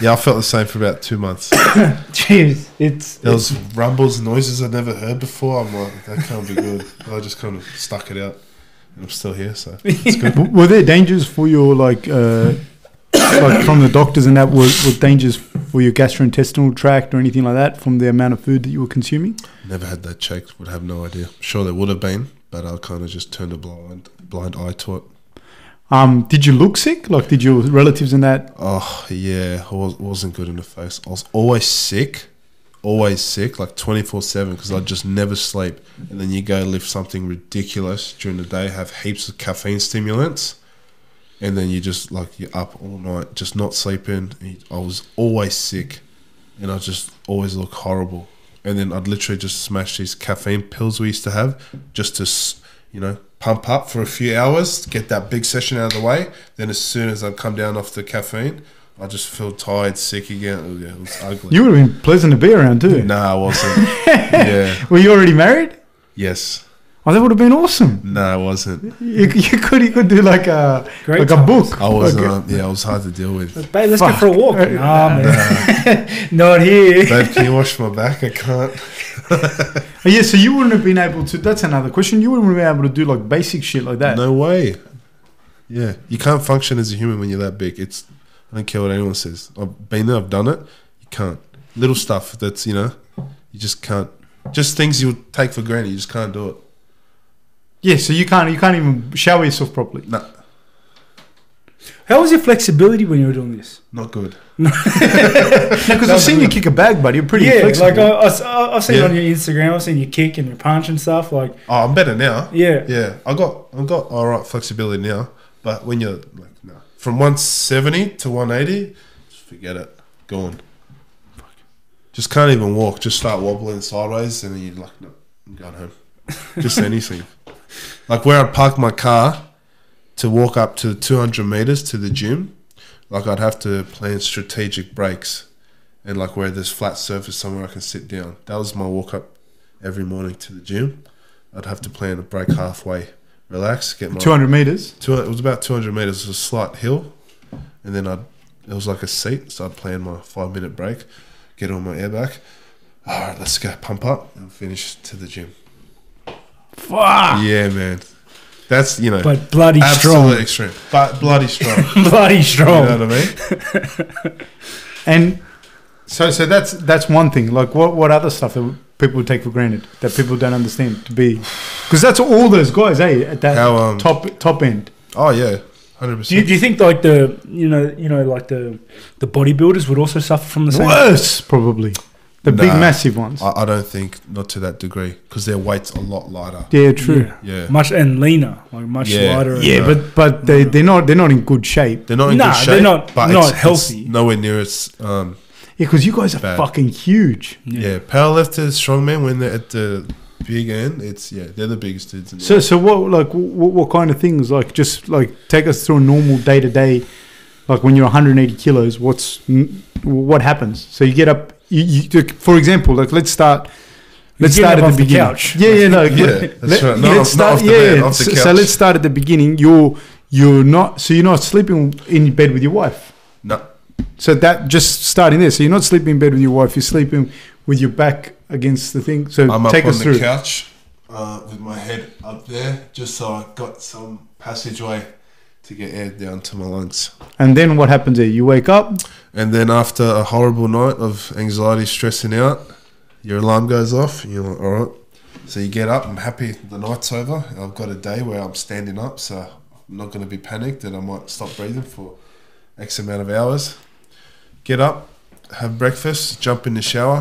C: yeah. I felt the same for about two months.
B: Jeez, it's
C: There was rumbles, noises I'd never heard before. I'm like, that can't be good. But I just kind of stuck it out, and I'm still here. So
A: W- Were there dangers for your like uh, like from the doctors and that? Were, were dangers for your gastrointestinal tract or anything like that from the amount of food that you were consuming?
C: Never had that checked. Would have no idea. Sure, there would have been, but I kind of just turned a blind blind eye to it.
A: Um, did you look sick? Like, did your relatives and that?
C: Oh yeah, I was, wasn't good in the face. I was always sick, always sick, like twenty four seven because I just never sleep. And then you go lift something ridiculous during the day, have heaps of caffeine stimulants, and then you just like you're up all night, just not sleeping. And you- I was always sick, and I just always look horrible. And then I'd literally just smash these caffeine pills we used to have just to, s- you know, pump up for a few hours, get that big session out of the way. Then as soon as I'd come down off the caffeine, I just feel tired, sick again. It was, yeah, it was ugly.
A: You would have been pleasant to be around too.
C: Nah, I wasn't. yeah.
A: Were you already married?
C: Yes.
A: Oh, that would have been awesome.
C: No, I wasn't.
A: You, you could you could do like a
B: Great
A: like a
B: times.
A: book.
C: I was.
A: Like a-
C: Um, yeah, I was hard to deal with.
B: babe. Let's
A: Fuck.
B: go for a walk.
A: Uh,
B: Nah, man. not here.
C: Babe, can you wash my back? I can't.
A: Oh, yeah, so you wouldn't have been able to. That's another question. You wouldn't have been able to do like basic shit like that.
C: No way. Yeah, you can't function as a human when you're that big. It's I don't care what anyone says. I've been there. I've done it. You can't. Little stuff that's you know, you just can't. Just things you would take for granted. You just can't do it.
A: Yeah, so you can't you can't even shower yourself properly.
C: No,
B: How was your flexibility when you were doing this?
C: not good.
A: No, because I've seen you kick a bag, buddy. You're pretty
B: yeah,
A: flexible.
B: like uh, I, I, I- I've seen
C: Yeah.
B: it on your Instagram. I've seen you kick and your punch and stuff. Like,
C: Oh, I'm better now.
B: yeah,
C: Yeah, I got I got all right flexibility now. But when you're like no, from 170 to 180, just forget it. Gone. Just can't even walk. Just start wobbling sideways, and then you're like, no, I'm going home. Just anything. Like where I'd park my car to walk up to 200 meters to the gym, like I'd have to plan strategic breaks, and like where there's flat surface somewhere I can sit down. That was my walk up every morning to the gym. I'd have to plan a break halfway, relax, get my
A: Two hundred meters.
C: two, it was about 200 meters, it was a slight hill, and then I it was like a seat, so I'd plan my five minute break, get all my air back. All right, let's go pump up and finish to the gym.
A: Ah.
B: Fuck.
C: Yeah, man. That's you know
B: But bloody
C: absolute extreme, but bloody strong. you
B: strong. bloody
C: know
B: strong.
C: what I mean?
A: And so, so that's that's one thing. Like, what what other stuff that people take for granted that people don't understand to be, because that's all those guys, eh? At that
C: How, um,
A: top top end.
C: Oh yeah, hundred
B: Do you, do
C: percent.
B: you think like the you know you know like the the bodybuilders would also suffer from the same?
A: Worse, probably the big
C: Nah.
A: massive ones.
C: I, I don't think not to that degree because their weight's a lot lighter.
A: yeah, true.
C: Yeah,
B: Much and leaner, like much
C: Yeah.
B: lighter. and-
A: Yeah,
C: Yeah.
A: but but they
B: No.
A: they're not they're not in good shape.
C: they're not in
B: Nah,
C: good shape.
B: they're not-
C: but
B: not
C: it's- it's
B: healthy.
C: nowhere near as um,
A: Yeah, because you guys are
C: Bad.
A: fucking huge.
C: yeah. Powerlifters, strongmen when they're at the big end, it's yeah, they're the biggest dudes. In the
A: So so what like what, what kind of things like just like take us through a normal day to day, like when you're 180 kilos, what's n- what happens? So you get up, you, you for example, like let's start. Let's
B: getting
A: start at
B: up off
A: the
B: the
A: beginning.
B: couch.
A: Yeah, yeah, no.
C: Yeah,
A: let-
C: that's right. Not
A: let's
C: off- not
A: start-
C: off the
A: yeah,
C: bed,
A: yeah.
C: off the
A: so, so
C: couch.
A: let's start at the beginning. You're you're not so you're not sleeping in bed with your wife.
C: No.
A: So that just starting there. So you're not sleeping in bed with your wife. You're sleeping with your back against the thing. So
C: I'm up
A: take
C: on
A: us
C: the
A: through.
C: couch uh, with my head up there, just so I got some passageway to get air down to my lungs.
A: And then what happens there? You wake up.
C: And then after a horrible night of anxiety, stressing out, your alarm goes off. And you're like, all right. So you get up. I'm happy the night's over. I've got a day where I'm standing up, so I'm not going to be panicked and I might stop breathing for X amount of hours. Get up, have breakfast, jump in the shower.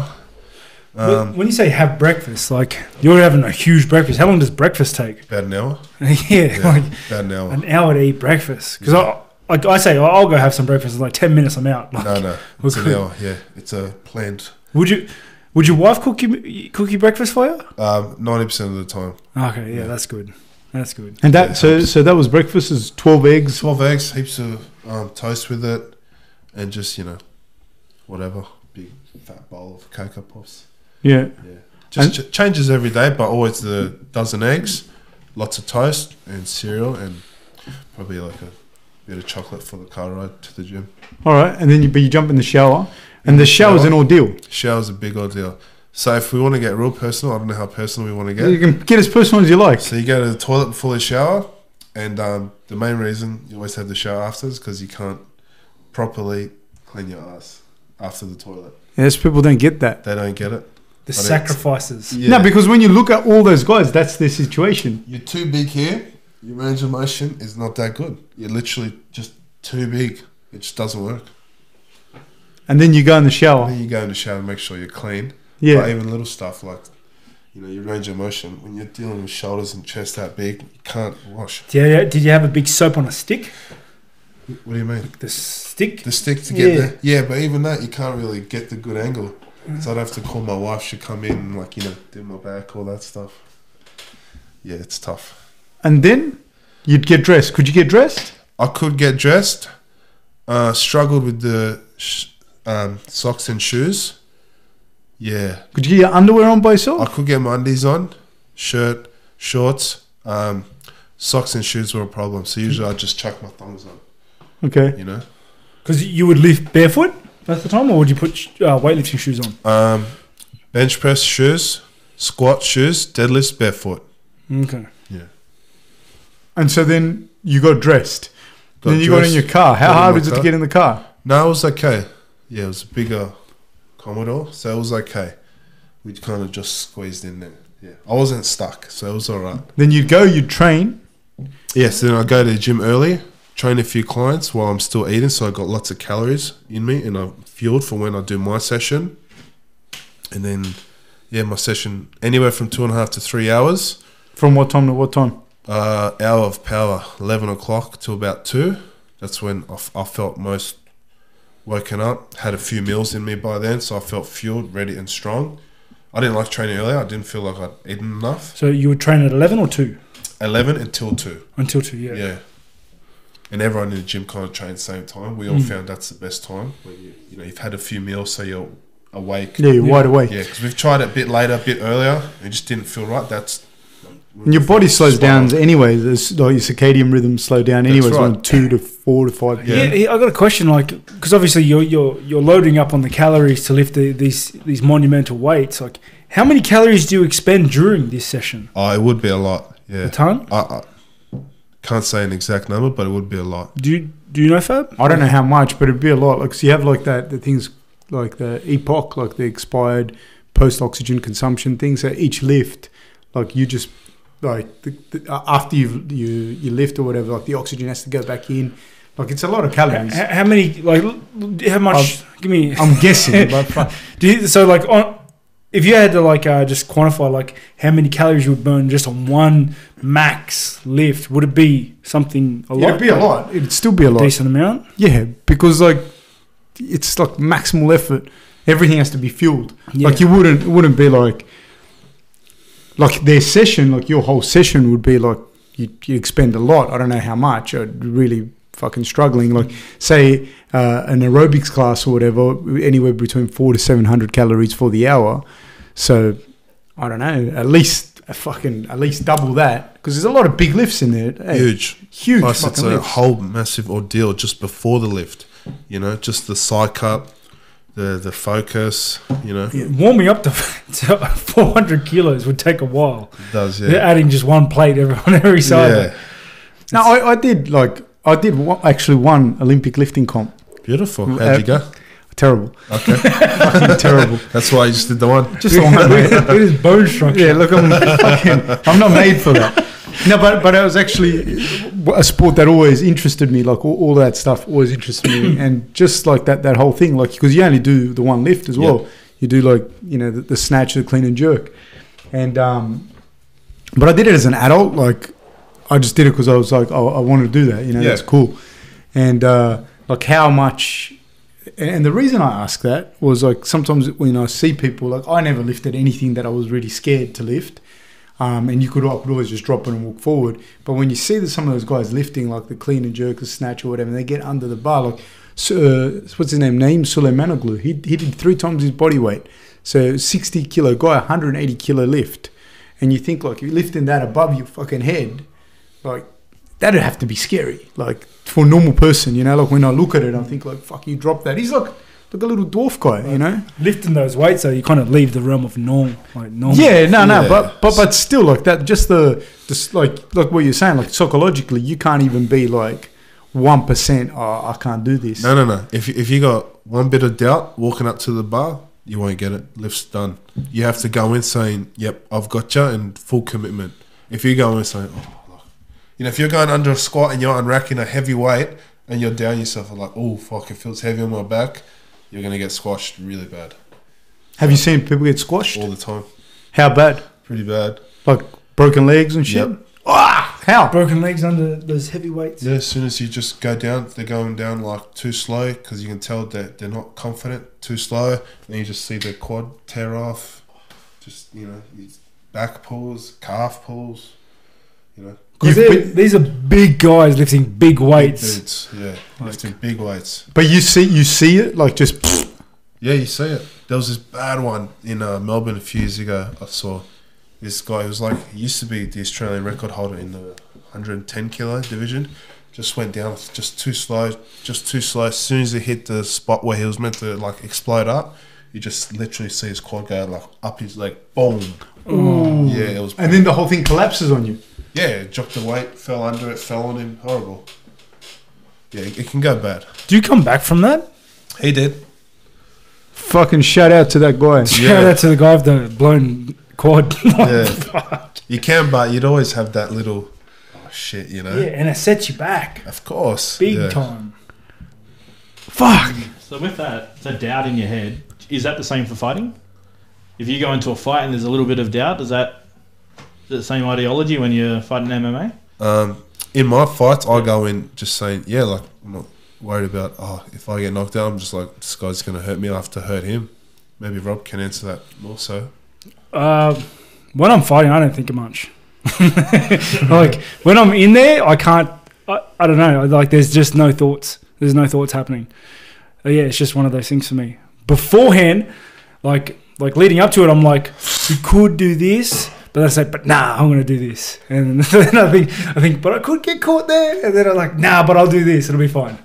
B: When-
C: Um,
B: when you say have breakfast, like you're having a huge breakfast. How long does breakfast take?
C: about an hour.
B: yeah,
C: Yeah,
B: like
C: about an hour.
B: an hour to eat breakfast. Because I like I say, "Oh, I'll go have some breakfast. In like ten minutes, I'm out. Like,
C: No, no, it's an
B: Okay.
C: hour. Yeah, it's a planned.
B: Would you? Would your wife cook you cook you breakfast for you?
C: Um, ninety percent of the time,
B: Okay, yeah,
C: Yeah.
B: that's good. That's good.
A: And that
C: Yeah,
A: so so that was breakfast is twelve eggs.
C: twelve eggs, heaps of um, toast with it, and just you know, whatever, big fat bowl of cocoa pops.
A: Yeah.
C: Yeah, just ch- changes every day, but always the dozen eggs, lots of toast and cereal, and probably like a bit of chocolate for the car ride to the gym.
A: All right. And then you but you jump in the shower, and the shower's an ordeal.
C: Shower's a big ordeal. So if we want to get real personal, I don't know how personal we want to get.
A: You can get as personal as you like.
C: So you go to the toilet before the shower, and um, the main reason you always have the shower after is because you can't properly clean your ass after the toilet.
A: Yes, people don't get that.
C: They don't get it.
B: The
C: But it's-
B: sacrifices.
C: Yeah.
A: No, because when you look at all those guys, that's their situation.
C: You're too big here. Your range of motion is not that good. You're literally just too big. It just doesn't work.
A: And then you go in the shower.
C: Then you go in the shower and make sure you're clean. But
A: Yeah.
C: even little stuff like, you know, your range of motion, when you're dealing with shoulders and chest that big, you can't wash.
B: Did you, did you have a big soap on a stick?
C: What do you mean?
B: The stick?
C: the stick to get
A: Yeah.
C: there. Yeah, but even that, you can't really get the good angle. So I'd have to call my wife. She'd come in and, like, you know, do my back, all that stuff. Yeah, it's tough.
A: And then you'd get dressed. Could you get dressed?
C: I could get dressed. Uh, struggled with the sh- um, socks and shoes. Yeah,
A: Could you get your underwear on by
C: I
A: yourself?
C: could get my undies on, shirt, shorts, um, socks and shoes were a problem. So usually I just chuck my thongs on,
A: Okay.
C: you know.
B: Because you would lift barefoot at the time, or would you put uh, weightlifting shoes on?
C: Um, bench press shoes, squat shoes, deadlifts barefoot.
B: Okay.
A: And so then you got dressed.
C: Got
A: then you got in
C: dressed.
A: your car. How
C: Got in
A: hard
C: my
A: was it to
C: car.
A: get in the car?
C: No, it was okay. Yeah, it was a bigger Commodore, so it was okay. We kind of just squeezed in there. Yeah, I wasn't stuck, so it was all right.
A: Then you'd go, you'd train.
C: Yeah, so then I go to the gym early, train a few clients while I'm still eating, so I got lots of calories in me, and I'm fueled for when I do my session. And then, yeah, my session anywhere from two and a half to three hours.
A: From what time to what time?
C: Uh, hour of power, eleven o'clock to about two. That's when I, f- I felt most woken up. Had a few meals in me by then, so I felt fueled, ready, and strong. I didn't like training earlier. I didn't feel like I'd eaten enough.
B: So you would train at 11 or 2?
C: Eleven until two.
B: Until 2,
C: Yeah.
B: yeah.
C: And everyone in the gym kind of trained same time. We all
A: Hmm.
B: Mm.
C: found that's the best time. When you, you know, you've had a few meals, so you're awake.
A: Yeah, you're
B: Yeah.
A: wide awake.
C: Yeah, because we've tried it a bit later, a bit earlier. It just didn't feel right. That's
A: And your body slows down anyway. There's like your circadian rhythm slow down
C: That's
A: anyways
C: right.
A: around two to four to five.
C: Yeah.
B: Yeah. yeah, I got a question, like, because obviously you're you're you're loading up on the calories to lift the, these these monumental weights. Like, How many calories do you expend during this session?
C: Oh, it would be a lot. Yeah.
B: A ton?
C: I, I can't say an exact number, but it would be a lot.
B: Do you do you know Fab?
A: I don't know how much, but it'd be a lot. Like, 'cause you have like that the things like the epoch, like the expired post oxygen consumption things. So each lift, like you just like the, the, uh, after you you you lift or whatever, like the oxygen has to go back in. Like it's a lot of
B: H-
A: calories.
B: How many? Like l- l- how much? give me.
A: I'm guessing, but fuck.
B: Do you, so like on. If you had to like uh, just quantify like how many calories you would burn just on one max lift, would it be something a lot?
A: it'd be a lot. It'd still be a lot.
B: decent amount.
A: Yeah, because like it's like maximal effort. Everything has to be fueled.
B: Yeah.
A: Like you wouldn't it wouldn't be like like their session, like your whole session would be like you you expend a lot. I don't know how much. I'd really fucking struggling. Like say uh, an aerobics class or whatever, anywhere between four to seven hundred calories for the hour. So I don't know. At least a fucking at least double that because there's a lot of big lifts in there. Hey,
C: Huge.
A: huge
C: Plus,
A: fucking
C: it's a
A: lifts.
C: whole massive ordeal just before the lift. You know, just the psych up, the the focus. You know,
B: Yeah, warming up to, to 400 kilos would take a while.
C: it does
B: They're
C: yeah.
B: adding just one plate every, on every side.
C: Yeah,
A: No, I, I did like I did wa- actually one Olympic lifting comp.
C: beautiful.
A: Mm,
C: How'd you go?
A: Terrible,
C: Okay,
A: fucking terrible.
C: that's why I just did the one.
A: Just on my mate.
B: it is bone structure.
A: Yeah, look, I'm fucking, I'm not made for that. No, but but it was actually a sport that always interested me. Like all, all that stuff always interested me, and just like that that whole thing, like because you only do the one lift as well. You do like you know the, the snatch, the clean and jerk, and um, but I did it as an adult. Like I just did it because I was like, oh, I want to do that. You know,
C: Yeah.
A: that's cool. And uh, like how much and the reason I ask that was like sometimes when I see people, like I never lifted anything that I was really scared to lift. Um, and you could, I could always just drop it and walk forward. But when you see that some of those guys lifting, like the clean and jerk, the snatch or whatever, and they get under the bar, like, so, uh, what's his name? Naeem Suleymanoglu. He, he did three times his body weight. So 60 kilo guy, 180 kilo lift. And you think, like, if you're lifting that above your fucking head, like that'd have to be scary, like for a normal person, you know. Like when I look at it, I think like, "Fuck, you drop that." He's like, like a little dwarf guy, you know.
B: Lifting those weights, though, you kind of leave the realm of norm. Like normal.
A: Yeah, no, no,
C: Yeah.
A: but but but still, like that, just the just like like what you're saying, like psychologically, you can't even be like one percent. Oh, I can't do this.
C: No, no, no. If you- if you got one bit of doubt walking up to the bar, you won't get it. Lift's done. You have to go in saying, "Yep, I've got you," and full commitment. If you go in saying, "Oh," look." you know, if you're going under a squat and you're unracking a heavy weight and you're down yourself, like, "Oh fuck, it feels heavy on my back," you're gonna get squashed really bad
A: Have you seen people get squashed?
C: all the time.
A: How bad?
C: Pretty bad.
A: Like broken legs and shit.
C: Yep.
A: Ah, how?
B: Broken legs under those heavy weights.
C: Yeah, as soon as you just go down, they're going down like too slow because you can tell that they're not confident, too slow. Then you just see their quad tear off, just you know, these back pulls, calf pulls, you know,
B: Because
A: You've
B: they're- these are big guys lifting big
C: big
B: weights.
C: dudes, yeah, lifting big weights.
A: But you see, you see it like just.
C: Yeah, you see it. There was this bad one in uh, Melbourne a few years ago. I saw this guy who was like he used to be the Australian record holder in the 110 kilo division. Just went down, just too slow, just too slow. As soon as he hit the spot where he was meant to like explode up, you just literally see his quad go like up his leg, boom.
A: Ooh.
C: Yeah, it was.
A: And then the whole thing collapses on you.
C: yeah, it dropped the weight, fell under it, fell on him, horrible. Yeah, it it can go bad.
B: Do you come back from that?
C: He did.
A: Fucking shout out to that guy.
B: Shout out to the guy with the blown quad.
C: Yeah. you can, but you'd always have that little oh, shit, you know.
B: yeah, and it sets you back
C: Of course.
B: big
C: yeah.
B: time.
A: Fuck.
D: So with that, that doubt in your head, is that the same for fighting? If you go into a fight and there's a little bit of doubt, is that the same ideology when you're fighting MMA?
C: Um, in my fights, I go in just saying, yeah, like I'm not worried about. Oh, if I get knocked out, I'm just like this guy's gonna hurt me. I have to hurt him. Maybe Rob can answer that also.
B: Uh, when I'm fighting, I don't think of much. like when I'm in there, I can't. I, I don't know. Like there's just no thoughts. There's no thoughts happening. Uh, yeah, it's just one of those things for me. Beforehand, like like leading up to it, I'm like, we could do this, but then I say, but nah, I'm gonna do this, and then I think I think, but I could get caught there, and then I'm like, nah, but I'll do this. It'll be fine.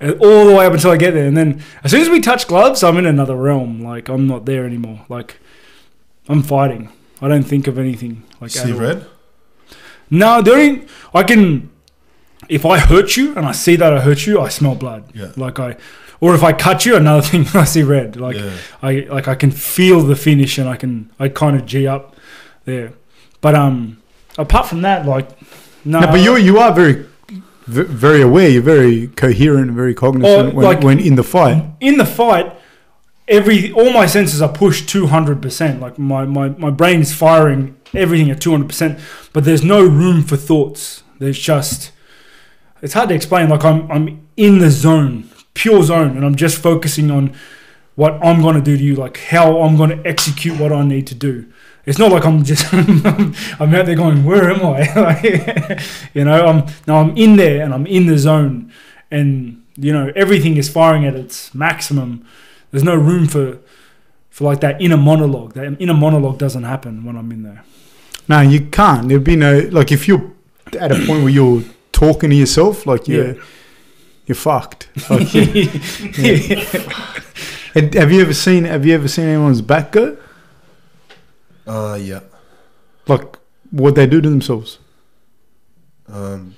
B: And all the way up until I get there, and then as soon as we touch gloves, I'm in another realm. Like I'm not there anymore. Like I'm fighting. I don't think of anything like at
C: See
B: all.
C: red?
B: No, there ain't. I can. If I hurt you and I see that I hurt you, I smell blood.
C: Yeah.
B: Like I, or if I cut you, another thing I see red. Like
C: yeah.
B: I like I can feel the finish and I can I kind of g up there. But um, apart from that, like no.
A: No, but you you are very ve- very aware. You're very coherent, very cognizant when,
B: like-
A: when in the fight.
B: in the fight, every all my senses are pushed two hundred percent. Like my, my my brain is firing everything at two hundred percent, but there's no room for thoughts. There's just it's hard to explain. Like I'm I'm in the zone, pure zone, and I'm just focusing on what I'm gonna do to you, like how I'm gonna execute what I need to do. It's not like I'm just I'm out there going, where am I? Like, you know, I'm no, I'm in there and I'm in the zone, and you know everything is firing at its maximum. There's no room for for like that inner monologue. That inner monologue doesn't happen when I'm in there.
A: No, you can't. There'd be no like if you're at a point where you're talking to yourself, like you're you're fucked. Like, And have you ever seen Have you ever seen anyone's back go?
C: Uh, yeah.
A: Like what they do to themselves?
C: Um,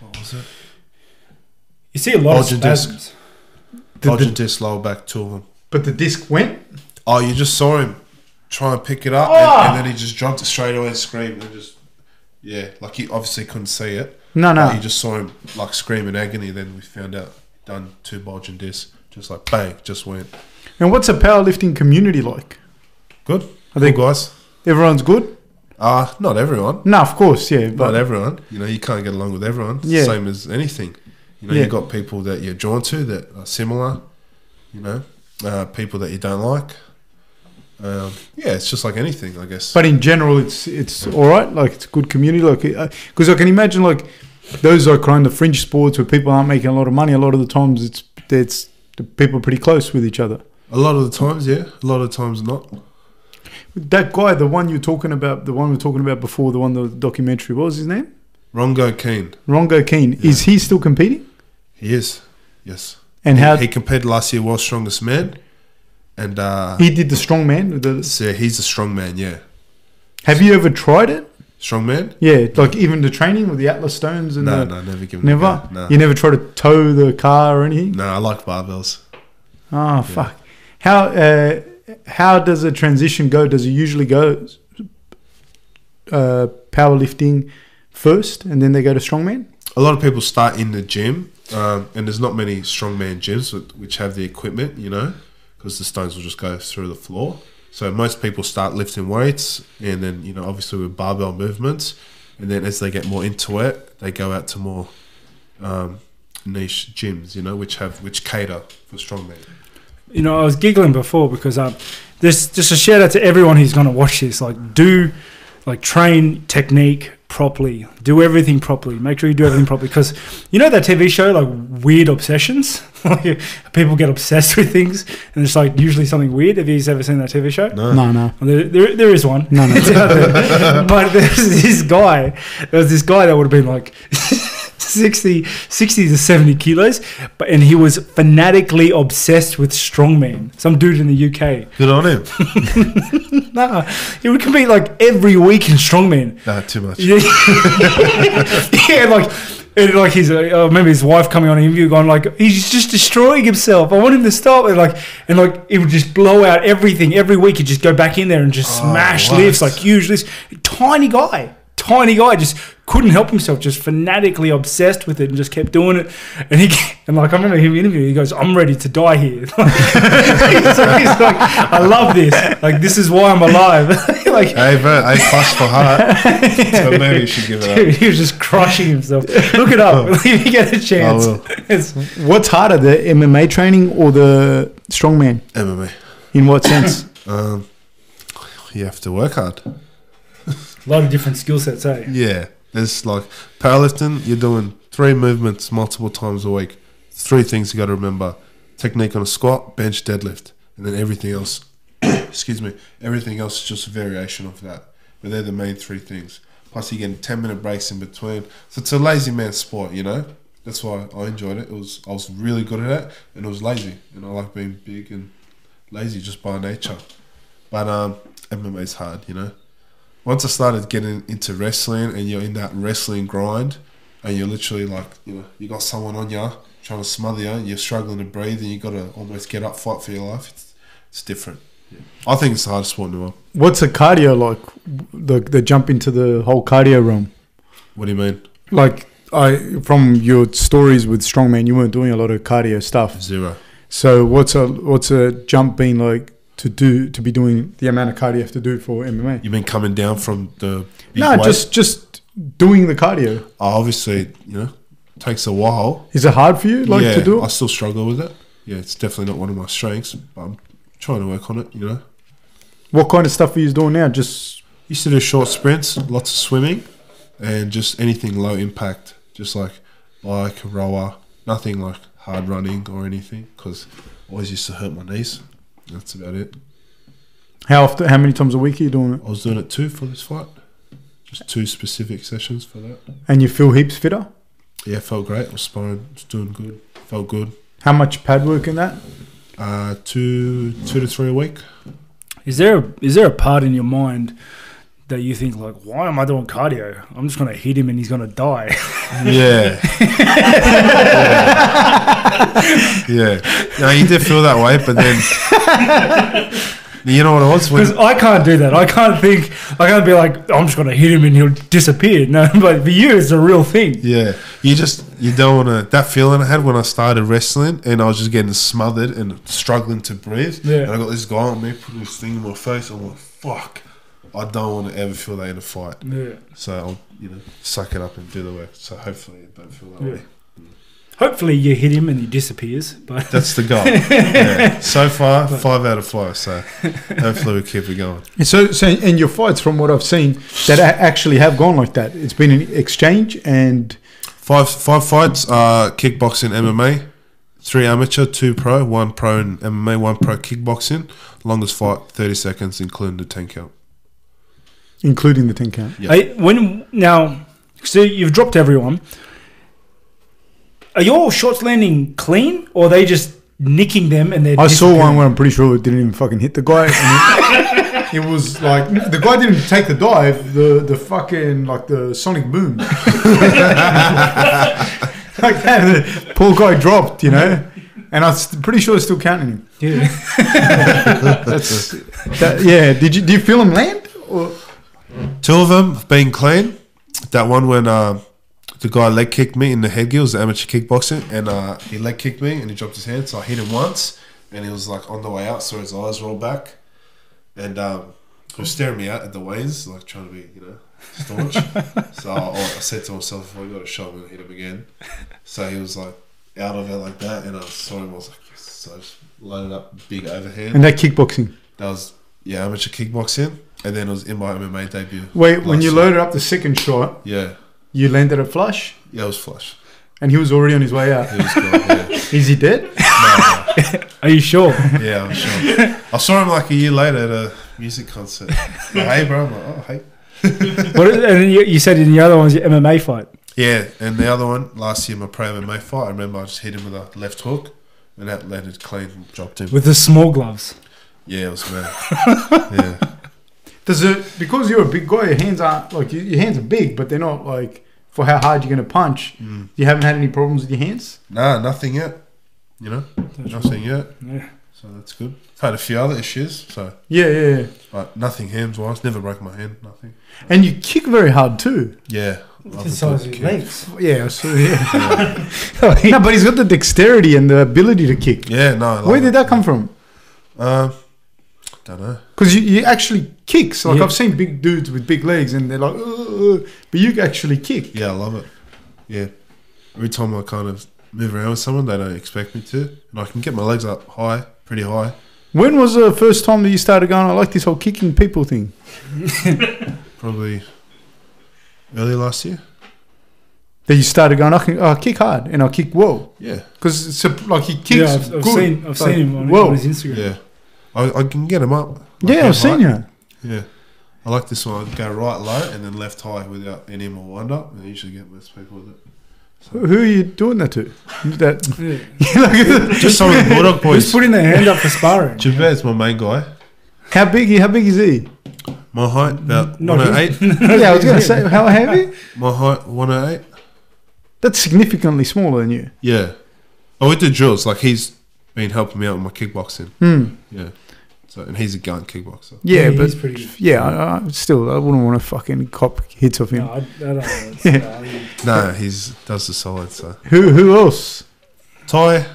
C: what was it?
B: You see a lot
C: Bulging
B: of
C: disc.
B: spasms.
A: The- the-
C: Argentis lower back, two of them.
A: but the disc went.
C: Oh, you just saw him try and pick it up,
B: Ah!
C: and, and then he just dropped it straight away and screamed and just yeah, like he obviously couldn't see it.
A: No, Oh, no.
C: But you just saw him like scream in agony. Then we found out he'd done two bulging discs, just like bang, just went
A: and what's a powerlifting community like?
C: good.
A: I think
C: Cool, guys.
A: everyone's good.
C: Uh, not everyone.
A: No, of course, yeah,
C: Not
A: but
C: everyone. You know, you can't get along with everyone. It's
A: Yeah.
C: the same as anything. You know,
A: Yeah.
C: you got people that you're drawn to that are similar. You know, uh, people that you don't like. Um, yeah, it's just like anything, I guess.
A: but in general, it's it's all right. Like it's a good community. Like because I can imagine like those are kind of fringe sports where people aren't making a lot of money. A lot of the times, it's it's the people are pretty close with each other.
C: a lot of the times, yeah. A lot of the times, not.
A: That guy, the one you're talking about, the one we are talking about before, the one the documentary, what was his name?
C: Rongo Keane.
A: Rongo Keane.
C: Yeah.
A: Is he still competing?
C: He is. Yes.
A: And how
C: he compared last year World's Strongest Man, and uh,
A: he did the strongman? The,
C: so he's a strong man. Yeah,
A: have you ever tried it?
C: strong man.
A: Yeah, like even the training with the Atlas Stones and the.
C: No, no, never given. it a
A: Never?
C: go. No,
A: You never try to tow the car or anything?
C: no. I like barbells.
A: Ah, fuck. How uh, how does a transition go? Does it usually go uh, powerlifting first, and then they go to strongman?
C: A lot of people start in the gym, um, and there's not many strongman gyms with- which have the equipment, you know, because the stones will just go through the floor. So most people start lifting weights, and then you know, obviously with barbell movements, and then as they get more into it, they go out to more um, niche gyms, you know, which have which cater for strongman.
B: You know, I was giggling before because um, this just a shout out to everyone who's gonna watch this. Like, do like train technique properly. Do everything properly. Make sure you do everything properly because you know that TV show like Weird Obsessions. like, people get obsessed with things, and it's like usually something weird. Have you guys ever seen that TV show?
A: No, no,
B: Well, There, there, there is one.
A: no, no.
B: It's out there. but there's this guy. There was this guy that would have been like 60, 60 to 70 kilos, but and he was fanatically obsessed with strongman. Some dude in the UK.
C: Good on him.
B: Nah, he would compete like every week in strongman.
C: Nah, too much.
B: Yeah, yeah like. And like his, uh, I remember his wife coming on an interview, going like, "He's just destroying himself. I want him to stop." And like, and like, it would just blow out everything every week. He'd just go back in there and just
C: Oh,
B: smash
C: what?
B: lifts, like huge lifts. Tiny guy, tiny guy, just couldn't help himself, just fanatically obsessed with it, and just kept doing it. And he, and like, I remember him interviewing. He goes, "I'm ready to die here." Like, he's, he's like, "I love this. Like, this is why I'm alive." like,
C: Hey, bro, A plus uh, for heart. So maybe you should give it up.
B: Dude, he was just crushing himself. Look it up if you get a chance.
C: will.
B: It's-
A: What's harder, the MMA training or the strongman?
C: MMA.
A: In what sense?
C: Um, you have to work hard.
B: a lot of different skill sets, eh?
C: Yeah. There's like powerlifting, you're doing three movements multiple times a week. Three things you got to remember technique on a squat, bench, deadlift. And then everything else, excuse me, everything else is just a variation of that. But they're the main three things. Plus, you're getting 10 minute breaks in between. So it's a lazy man sport, you know? That's why I enjoyed it. It was I was really good at it, and it was lazy. And I like being big and lazy just by nature. But um, MMA is hard, you know. Once I started getting into wrestling and you're in that wrestling grind and you're literally like, you know, you got someone on you trying to smother you and you're struggling to breathe and you got to almost get up, fight for your life, it's, it's different. I think it's the hardest sport in the world.
A: What's the cardio like? The the jump into the whole cardio realm.
C: What do you mean?
A: Like I from your stories with strongman, you weren't doing a lot of cardio stuff.
C: Zero.
A: So what's a what's a jump been like to do to be doing the amount of cardio you have to do for MMA?
C: You mean coming down from the big
A: No,
C: weight?
A: just just doing the cardio.
C: obviously, you know, takes a while.
A: Is it hard for you like
C: yeah,
A: to do
C: I
A: it?
C: still struggle with it. Yeah, it's definitely not one of my strengths, but I'm trying to work on it, you know.
A: What kind of stuff are you doing now? Just
C: Used to do short sprints, lots of swimming, and just anything low impact, just like bike, rower, nothing like hard running or anything, because always used to hurt my knees. That's about it.
A: how often? How many times a week are you doing it?
C: I was doing it too for this fight, just two specific sessions for that.
A: And you feel heaps fitter.
C: Yeah, felt great. I was sparring, was doing good, felt good.
A: How much pad work in that?
C: Uh, two, two to three a week.
B: Is there a, is there a part in your mind that you think like, why am I doing cardio? I'm just gonna hit him and he's gonna die.
C: Yeah. yeah. No, you did feel that way, but then you know what it was when
B: Because I can't do that. I can't think. I can't be like, I'm just gonna hit him and he'll disappear. No, but for you, it's a real thing.
C: yeah, you just you don't want to. That feeling I had when I started wrestling and I was just getting smothered and struggling to breathe.
B: Yeah.
C: And I got this guy on me putting this thing in my face. I'm like, fuck, I don't want to ever feel that in a fight.
B: Yeah.
C: So I'll you know suck it up and do the work. So hopefully it don't feel that
B: Yeah.
C: way.
B: Hopefully, you hit him and he disappears. But
C: That's the goal. yeah. So far, five out of five. So hopefully we keep it going.
A: And So, so and your fights, from what I've seen, that a- actually have gone like that. It's been an exchange, and
C: Five five fights are kickboxing, MMA, three amateur, two pro, one pro in MMA, one pro kickboxing. Longest fight, thirty seconds, including the ten count.
A: including the ten count.
C: Yeah.
B: I, when now, so you've dropped everyone. Are your shots landing clean, or are they just nicking them and they're?
A: I saw one
B: disappearing?
A: where I'm pretty sure it didn't even fucking hit the guy. and it, it was like the guy didn't take the dive. The the fucking like the sonic boom, like that. The poor guy dropped, you know. And I'm st- pretty sure they're still counting him.
B: Yeah.
C: That's
A: That, yeah. Did you do you feel him land? Or,
C: two of them being clean. That one when uh, the guy leg kicked me in the headgear was the amateur kickboxing, and uh, he leg kicked me and he dropped his hand. So I hit him once, and he was like on the way out, so his eyes rolled back, and um, he was staring me out at the ways, like trying to be you know staunch. so I, I said to myself, if I got a shot, I'm gonna hit him again. So he was like out of it like that, and I saw him. I was like, yes. so I just loaded up big overhand.
A: and that kickboxing.
C: that was yeah amateur kickboxing, and then it was in my MMA debut.
A: Wait, when
C: Last
A: you
C: year.
A: loaded up the second shot,
C: Yeah,
A: you landed it flush.
C: yeah, it was flush.
A: and he was already on his way out.
C: It was good. Yeah,
A: Is he dead?
C: No,
B: Are you sure?
C: no. yeah, I'm sure. I saw him like a year later at a music concert. Like, hey, bro, I'm like, oh, hey.
B: what is, and you, you said in the other one's your MMA fight.
C: Yeah, and the other one last year, my pro MMA fight. I remember I just hit him with a left hook, and that landed clean and dropped him.
B: With the small gloves.
C: Yeah, it was mad. yeah,
A: Does it because you're a big guy? Your hands aren't like your, your hands are big, but they're not like for how hard you're going to punch. You haven't had any problems with your hands.
C: nah, nothing yet. You know, nothing yet.
B: Yeah.
C: So that's good. Had a few other issues, so
A: Yeah, yeah, yeah.
C: but nothing hands wise. Never broke my hand. Nothing.
A: And you kick very hard too.
C: Yeah.
B: Oh, The size of your legs.
A: Yeah, so, yeah. no, but he's got the dexterity and the ability to kick.
C: Yeah, no. I like
A: Where did
C: it.
A: that come from?
C: Um, don't know.
A: Because you, you actually kicks. Like
B: Yeah.
A: I've seen big dudes with big legs, and they're like, "Uh, uh," but you actually kick.
C: Yeah, I love it. Yeah. Every time I kind of move around with someone, they don't expect me to. And I can get my legs up high, pretty high.
A: When was the first time that you started going? I like this whole kicking people thing.
C: Probably early last year.
A: That you started going, I can I kick hard and I kick well.
C: Yeah.
A: Because it's a, like he kicks.
B: Yeah, I've, I've
A: good.
B: seen, I've
A: Like,
B: seen him on,
A: whoa.
B: on his Instagram.
C: Yeah. I, I can get them up. Like,
A: yeah,
C: I'm
A: I've seen
C: high.
A: you.
C: Yeah. I like this one. I go right low and then left high without any more wind up. And I usually get most people with it.
A: Who are you doing that to? That
B: Yeah.
A: Look at the-
C: Just some of the Bulldog
B: Who's
C: boys.
B: putting their hand up for sparring?
C: Jabez, my main guy.
A: How big? How big is he?
C: My height about
B: Not
C: one oh eight.
A: yeah, I was going to say how heavy?
C: My height one oh eight.
A: That's significantly smaller than you.
C: Yeah. Oh, we do drills. Like he's been helping me out with my kickboxing.
A: Hmm.
C: Yeah. So and he's a gun kickboxer.
A: Yeah,
B: Yeah,
A: but
B: he's pretty-
A: yeah, I, I, still, I wouldn't want to fucking cop hits off him.
B: No, I, I don't know. It's,
A: Yeah.
B: uh,
C: No, he's does the solid. So
A: Who who else?
C: Ty.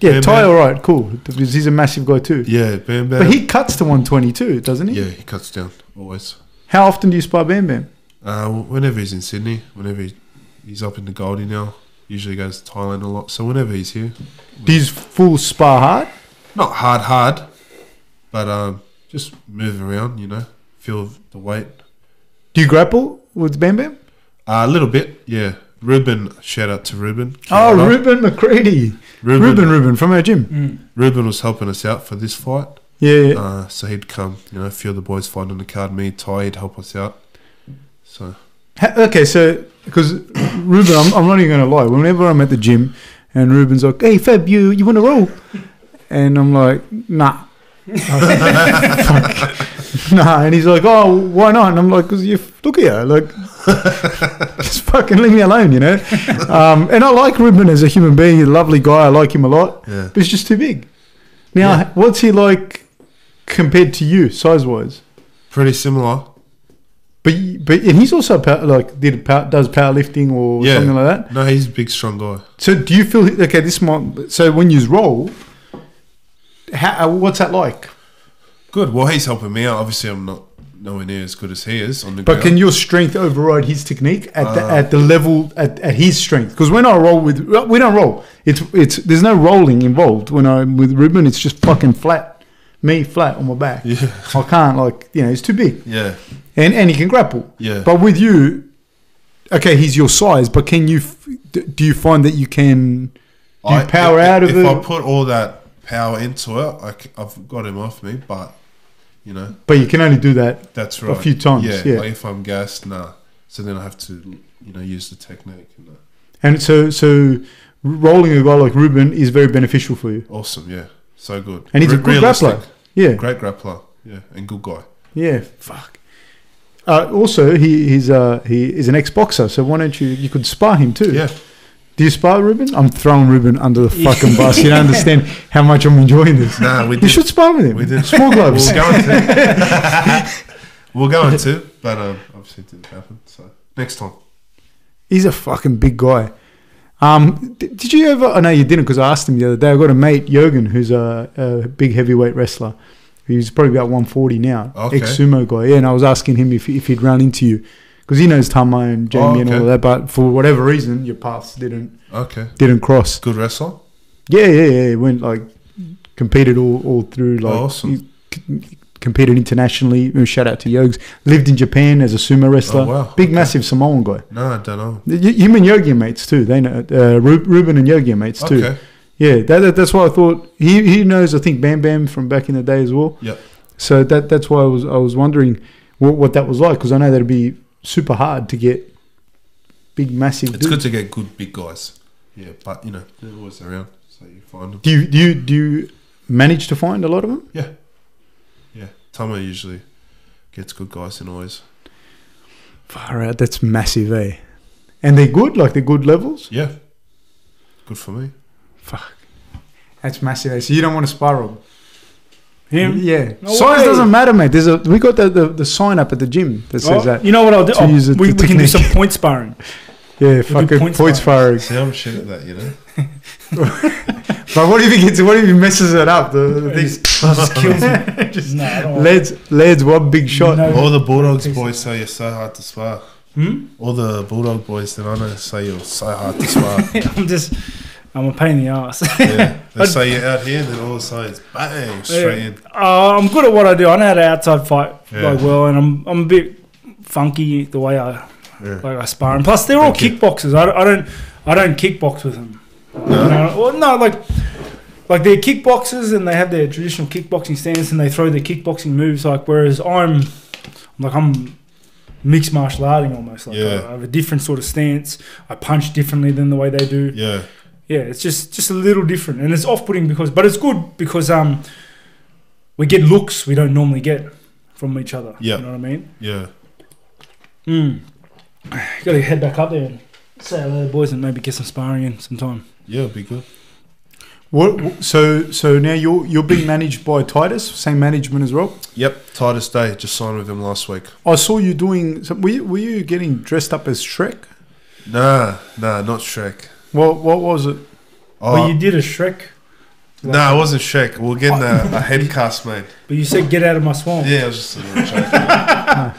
A: Yeah,
C: Yeah,
A: Ty.
C: man.
A: All right, cool. Because he's a massive guy too.
C: Yeah, Bam Bam.
A: But he cuts to 122, doesn't he?
C: yeah, he cuts down always.
A: How often do you spar Bam Bam?
C: Uh, whenever he's in Sydney, whenever he, he's up in the Goldie now, usually goes to Thailand a lot. So whenever he's here,
A: Do you full spar hard?
C: not hard, hard, but um, just move around. You know, feel the weight.
A: Do you grapple with Bam Bam?
C: Uh, a little bit, yeah. Ruben, shout out to Ruben.
A: Oh,
C: Canada.
A: Ruben McCready. Ruben, Ruben from our gym.
B: mm.
C: Ruben was helping us out for this fight.
A: Yeah, yeah.
C: Uh, so he'd come, you know, a few of the boys find on the card, me, Ty, he'd help us out. So,
A: Ha- Okay, so because Ruben, I'm, I'm not even gonna lie. Whenever I'm at the gym, and Ruben's like, "Hey Fab, you you want to roll?" and I'm like, "Nah." Fuck. Nah, and he's like, "Oh, why not?" And I'm like, "Cause you look here, like, just fucking leave me alone, you know." Um, and I like Ruben as a human being; he's a lovely guy. I like him a lot,
C: yeah.
A: but he's just too big. Now,
C: Yeah.
A: what's he like compared to you, size wise?
C: Pretty similar.
A: But y- but and he's also pow- like did pow- does powerlifting or
C: Yeah.
A: something like that.
C: No, he's a big, strong guy.
A: So do you feel okay? This might so when you roll, how, uh, what's that like?
C: Good. Well, he's helping me out. Obviously, I'm not nowhere near as good as he is on the
A: But
C: ground.
A: can your strength override his technique at the,
C: Uh,
A: at the level at, at his strength? Because when I roll with we don't roll. It's it's there's no rolling involved when I'm with Ruben. It's just fucking flat, me flat on my back.
C: Yeah.
A: I can't like you know it's too big,
C: Yeah,
A: and and he can grapple.
C: yeah.
A: But with you, okay, he's your size, but can you f- d- do you find that you can? do you power
C: if,
A: out of
C: if
A: it?
C: If I put all that power into it, I, have got him off me, but, you know,
A: But you can only do that.
C: that's right.
A: few times, yeah.
C: Like if I'm gassed, nah. So then I have to, you know, use the technique. And that.
A: And so so rolling a guy like Ruben is very beneficial for you.
C: Awesome, yeah. So good.
A: And he's a
C: Re-
A: good grappler. Yeah,
C: Great grappler, yeah, and good guy.
A: yeah. Fuck. Uh, also, he he's uh, he is an ex boxer, so why don't you you could spar him too?
C: Yeah.
A: Do you spar Ruben? I'm throwing Ruben under the fucking bus. You don't understand how much I'm enjoying this.
C: Nah, we
A: You
C: did.
A: should spar with him.
C: We did.
A: Small gloves.
C: We'll go into. we'll go into, but um, obviously it didn't happen. So next time.
A: He's a fucking big guy. Um, d- did you ever? I know you didn't because I asked him the other day. I've got a mate, Jurgen, who's a, a big heavyweight wrestler. He's probably about 140 now,
C: Okay.
A: ex sumo guy. Yeah, and I was asking him if, if he'd run into you because he knows Tamo and Jamie and
C: Oh, okay.
A: all of that. But for whatever reason, your paths didn't
C: Okay.
A: didn't cross.
C: Good wrestler.
A: Yeah, yeah, yeah. He went like competed all, all through like
C: Awesome.
A: he c- competed internationally. Shout out to Yogs. Lived in Japan as a sumo wrestler.
C: Oh wow.
A: Big, massive Samoan guy.
C: No, I don't know.
A: Y- Him and Yogi are mates too. They know uh, Ru- Ruben and Yogi are mates too.
C: Okay.
A: Yeah, that, that, that's why I thought he, he knows. I think Bam Bam from back in the day as well.
C: Yep.
A: So that that's why I was I was wondering what, what that was like because I know that'd be super hard to get big massive.
C: It's
A: dudes.
C: good to get good big guys. Yeah, but you know they're always around, so you find them.
A: Do you do you, do you manage to find a lot of them?
C: Yeah, Tomo usually gets good guys in always.
A: Far out, that's massive, eh? And they're good, like they're good levels.
C: Yeah. Good for me.
A: Fuck, that's massive. Eh? So you don't want to spiral.
B: Him?
A: Yeah.
B: No
A: Size
B: way.
A: doesn't matter, mate. There's a we got the, the, the sign up at the gym that
B: Oh,
A: says that.
B: You know what I'll do?
A: To
B: Oh,
A: use it-
B: we,
A: the
B: we can do some
A: technique.
B: point sparring.
A: Yeah,
B: do
A: fucking
B: points
A: points, firing.
C: See, I'm shit at that, you know.
A: But what if he gets? What if he messes it up? The, the
B: It just,
A: thing-
B: just kills me. no, I don't want-
A: Lads, lads, one big shot.
B: No.
C: All the Bulldogs boys say you're so hard to spar.
B: Hmm?
C: All the Bulldog boys that I know say you're so hard to spar.
B: I'm just, I'm a pain in the Uh, ass.
C: yeah. They
B: I'd-
C: say you're out here, then all of a sudden it's bang, straight in.
B: Uh, I'm good at what I do. I know how to outside fight
C: Yeah.
B: like well, and I'm I'm a bit funky the way I
C: Yeah.
B: like I spar. And plus, they're all
C: Okay.
B: kickboxers. I, don't- I don't I don't kickbox with them.
C: No?
B: You know, well, no, like like they're kickboxers and they have their traditional kickboxing stance and they throw their kickboxing moves. Like whereas I'm like I'm mixed martial arting almost. Like
C: Yeah.
B: I have a different sort of stance. I punch differently than the way they do
C: Yeah.
B: yeah, it's just just a little different, and it's off putting because, but it's good because um, we get looks we don't normally get from each other.
C: Yeah.
B: You know what I mean?
C: Yeah.
B: Mm. Gotta head back up there and say hello to the boys and maybe get some sparring in sometime.
C: Yeah, it'd be good.
A: What? So so now you're you're being managed by Titus, same management as well.
C: Yep. Titus Day just signed with them last week.
A: I saw you doing. Some, were you, were you getting dressed up as Shrek?
C: Nah, nah, not Shrek.
A: What what was it?
C: Oh,
B: But you did a Shrek,
C: nah, it wasn't Shrek. We are getting a, a head cast, mate.
B: but you said get out of my swamp.
C: Yeah, it was just a little joke.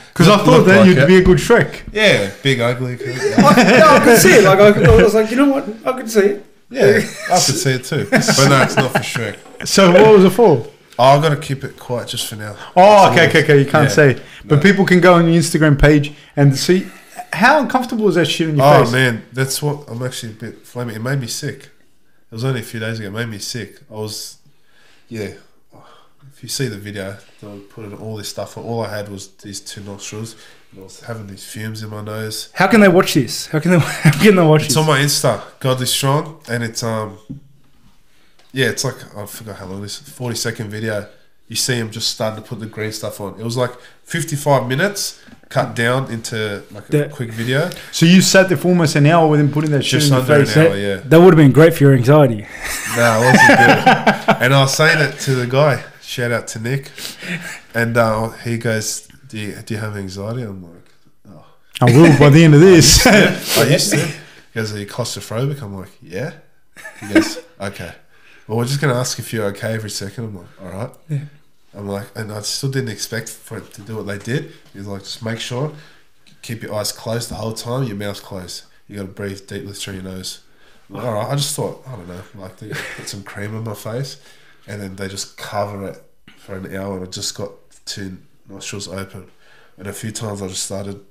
A: Because I
C: Look-
A: thought
C: look
A: that
C: like
A: you'd
C: it.
A: be a good Shrek.
C: Yeah, big ugly.
B: I, no, I could see it. Like I, could- I was like, you know what? I could see it.
C: Yeah, I could see it too. But no, it's not for Shrek.
A: So what was it for?
C: Oh, I've got to keep it quiet just for now.
A: Oh, okay, okay, okay. You can't
C: Yeah.
A: say, but
C: No.
A: people can go on your Instagram page and see how uncomfortable is that shit on your
C: Oh
A: face.
C: man, that's what I'm actually a bit flaming. It made me sick. It was only a few days ago. It made me sick. I was, yeah. If you see the video, they'll put in all this stuff. All I had was these two nostrils. And I was having these fumes in my nose.
B: How can they watch this? How can they? How can they watch
C: It's
B: this?
C: on my Insta, Godly Strong, and it's um, yeah, it's like I forgot how long this forty second video. You see him just starting to put the green stuff on. It was like fifty five minutes cut down into like a
B: That-
C: quick video,
A: So you sat there for almost an hour with him putting that shit
C: just
A: in your
C: under an
A: face.
C: hour. oh, Yeah,
B: That would have been great for your anxiety.
C: No, it wasn't good. and I was saying it to the guy. Shout out to Nick. And uh, he goes, do you, do you have anxiety? I'm like,
A: I will by the end of this.
C: I used to. He goes, Are you claustrophobic? I'm like, Yeah. He goes, Okay. Well, we're just going to ask if you're okay every second. I'm like, All right.
B: Yeah.
C: I'm like, and I still didn't expect for it to do what they did. He's like, Just make sure, keep your eyes closed the whole time, your mouth closed. You got to breathe deeply through your nose. I'm like, All right. I just thought, I don't know, like they put some cream on my face and then they just cover it for an hour and I just got two nostrils open. And a few times I just started,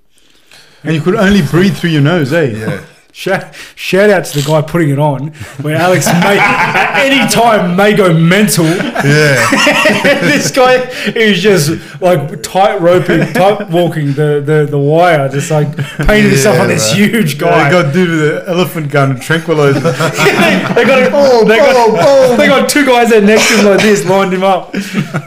A: and you could only breathe through your nose, eh?
C: yeah.
B: Shout, shout out to the guy putting it on, where Alex may, at any time may go mental.
C: Yeah.
B: this guy is just like tight roping, tight walking the, the, the wire, just like painting himself
C: Yeah,
B: on this
C: man.
B: huge guy.
A: I got dude with the elephant gun and tranquilizer.
B: they got, oh, they, got they got two guys there next to him like this, lined him up.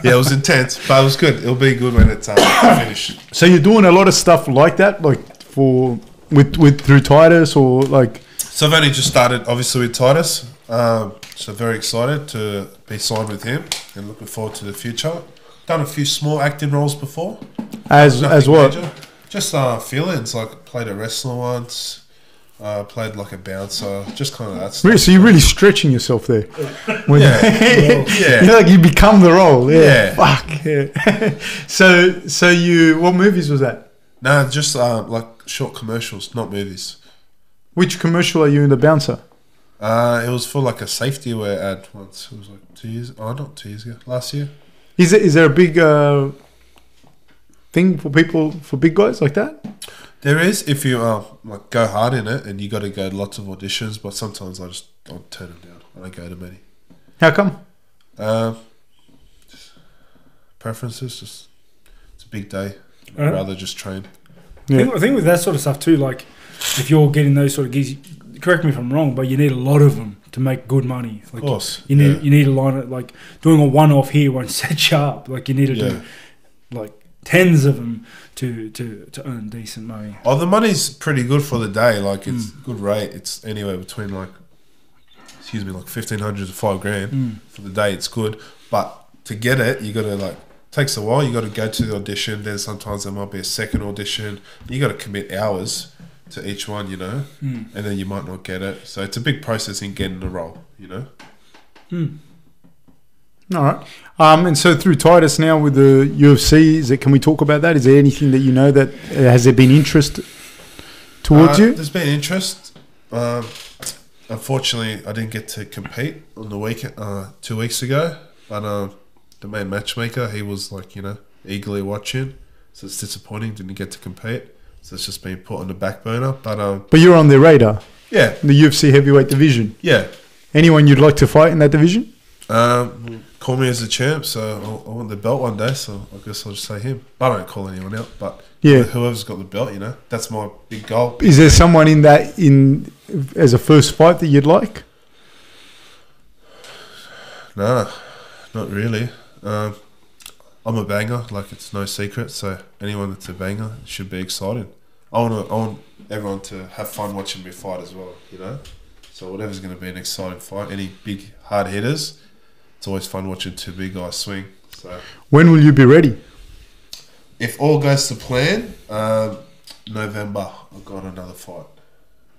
C: yeah, it was intense, but it was good. It'll be good when it's um, finished.
A: so you're doing a lot of stuff like that, like for with with through Titus or like
C: So I've only just started, obviously, with Titus. Um, so very excited to be signed with him and looking forward to the future. Done a few small acting roles before.
A: as
C: nothing
A: as what?
C: major. Just uh, feelings. Like played a wrestler once. Uh, played like a bouncer. Just kind of that stuff.
A: Really, so you're really stretching yourself there. With-
C: Yeah.
A: you
C: yeah.
A: know, like you become the role. Yeah.
C: Yeah.
A: Fuck. Yeah. so so you what movies was that?
C: No, just uh, like short commercials, not movies.
A: Which commercial are you in the bouncer?
C: Uh, it was for like a safety wear ad once. It was like two years. Oh, not two years ago. Last year.
A: Is there, is there a big uh, thing for people for big guys like that?
C: There is if you uh, like go hard in it, and you got to go to lots of auditions. But sometimes I just I'll turn them down. I don't go to many.
A: How come?
C: Um, preferences, just it's a big day. I'd
B: Uh-huh.
C: rather just train.
B: I,
A: Yeah.
B: think, I think with that sort of stuff too, like if you're getting those sort of gigs, correct me if I'm wrong, but you need a lot of them to make good money.
C: Of
B: Like,
C: course,
B: You need
C: Oh, yeah.
B: you need a line of, like doing a one off here won't set you up. Like you need to
C: Yeah.
B: do like tens of them to to to earn decent money.
C: Oh, the money's pretty good for the day. Like it's good rate. It's anywhere between like, excuse me, like fifteen hundred to five grand for the day. It's good, but to get it, you got to like takes a while. You got to go to the audition. Then sometimes there might be a second audition. You got to commit hours to each one, you know, and then you might not get it. So it's a big process in getting the role, you know.
A: All right. Um, and so through Titus now with the UFC, is it, can we talk about that? Is there anything that you know that uh, has there been interest towards
C: Uh,
A: you?
C: There's been interest. Um, unfortunately, I didn't get to compete on the week uh, two weeks ago, but um, the main matchmaker he was like you know eagerly watching, so it's disappointing didn't get to compete. So it's just been put on the back burner. But um,
A: But you're on their radar,
C: yeah,
A: the UFC heavyweight division.
C: yeah.
A: Anyone you'd like to fight in that division?
C: Um, call me as a champ, so I'll, I want the belt one day. So I guess I'll just say him. I don't call anyone out, but
A: Yeah.
C: whoever's got the belt, you know, that's my big goal.
A: Is there someone in that in as a first fight that you'd like?
C: No, not really. Um, I'm a banger. Like it's no secret. So anyone that's a banger should be excited. I want to. I want everyone to have fun watching me fight as well. You know. So whatever's going to be an exciting fight, any big hard hitters, it's always fun watching two big guys swing. So
A: When will you be ready?
C: if all goes to plan, um, November I've got another fight.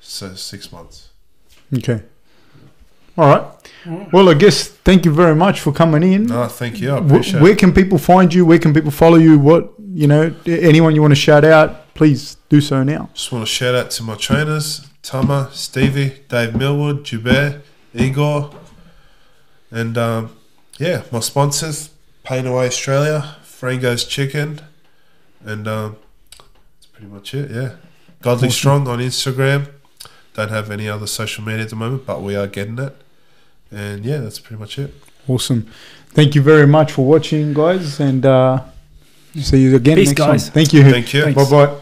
C: So six months.
A: Okay. All right. Well, I guess thank you very much for coming in.
C: No, thank you. I
A: Wh-
C: appreciate.
A: where
C: it.
A: can people find you? Where can people follow you? What you know? Anyone you want to shout out? Please do so now.
C: Just want to shout out to my trainers, Tama, Stevie, Dave Millwood, Jubert, Igor, and um, yeah, my sponsors, Pain Away Australia, Frango's Chicken, and um, that's pretty much it, yeah. Godly
A: Awesome.
C: Strong on Instagram. Don't have any other social media at the moment, but we are getting it. And yeah, that's pretty much it.
A: Awesome. Thank you very much for watching, guys, and uh, see you again
B: Peace,
A: next
B: guys.
A: time. Thank you.
C: Thank you.
A: Bye bye.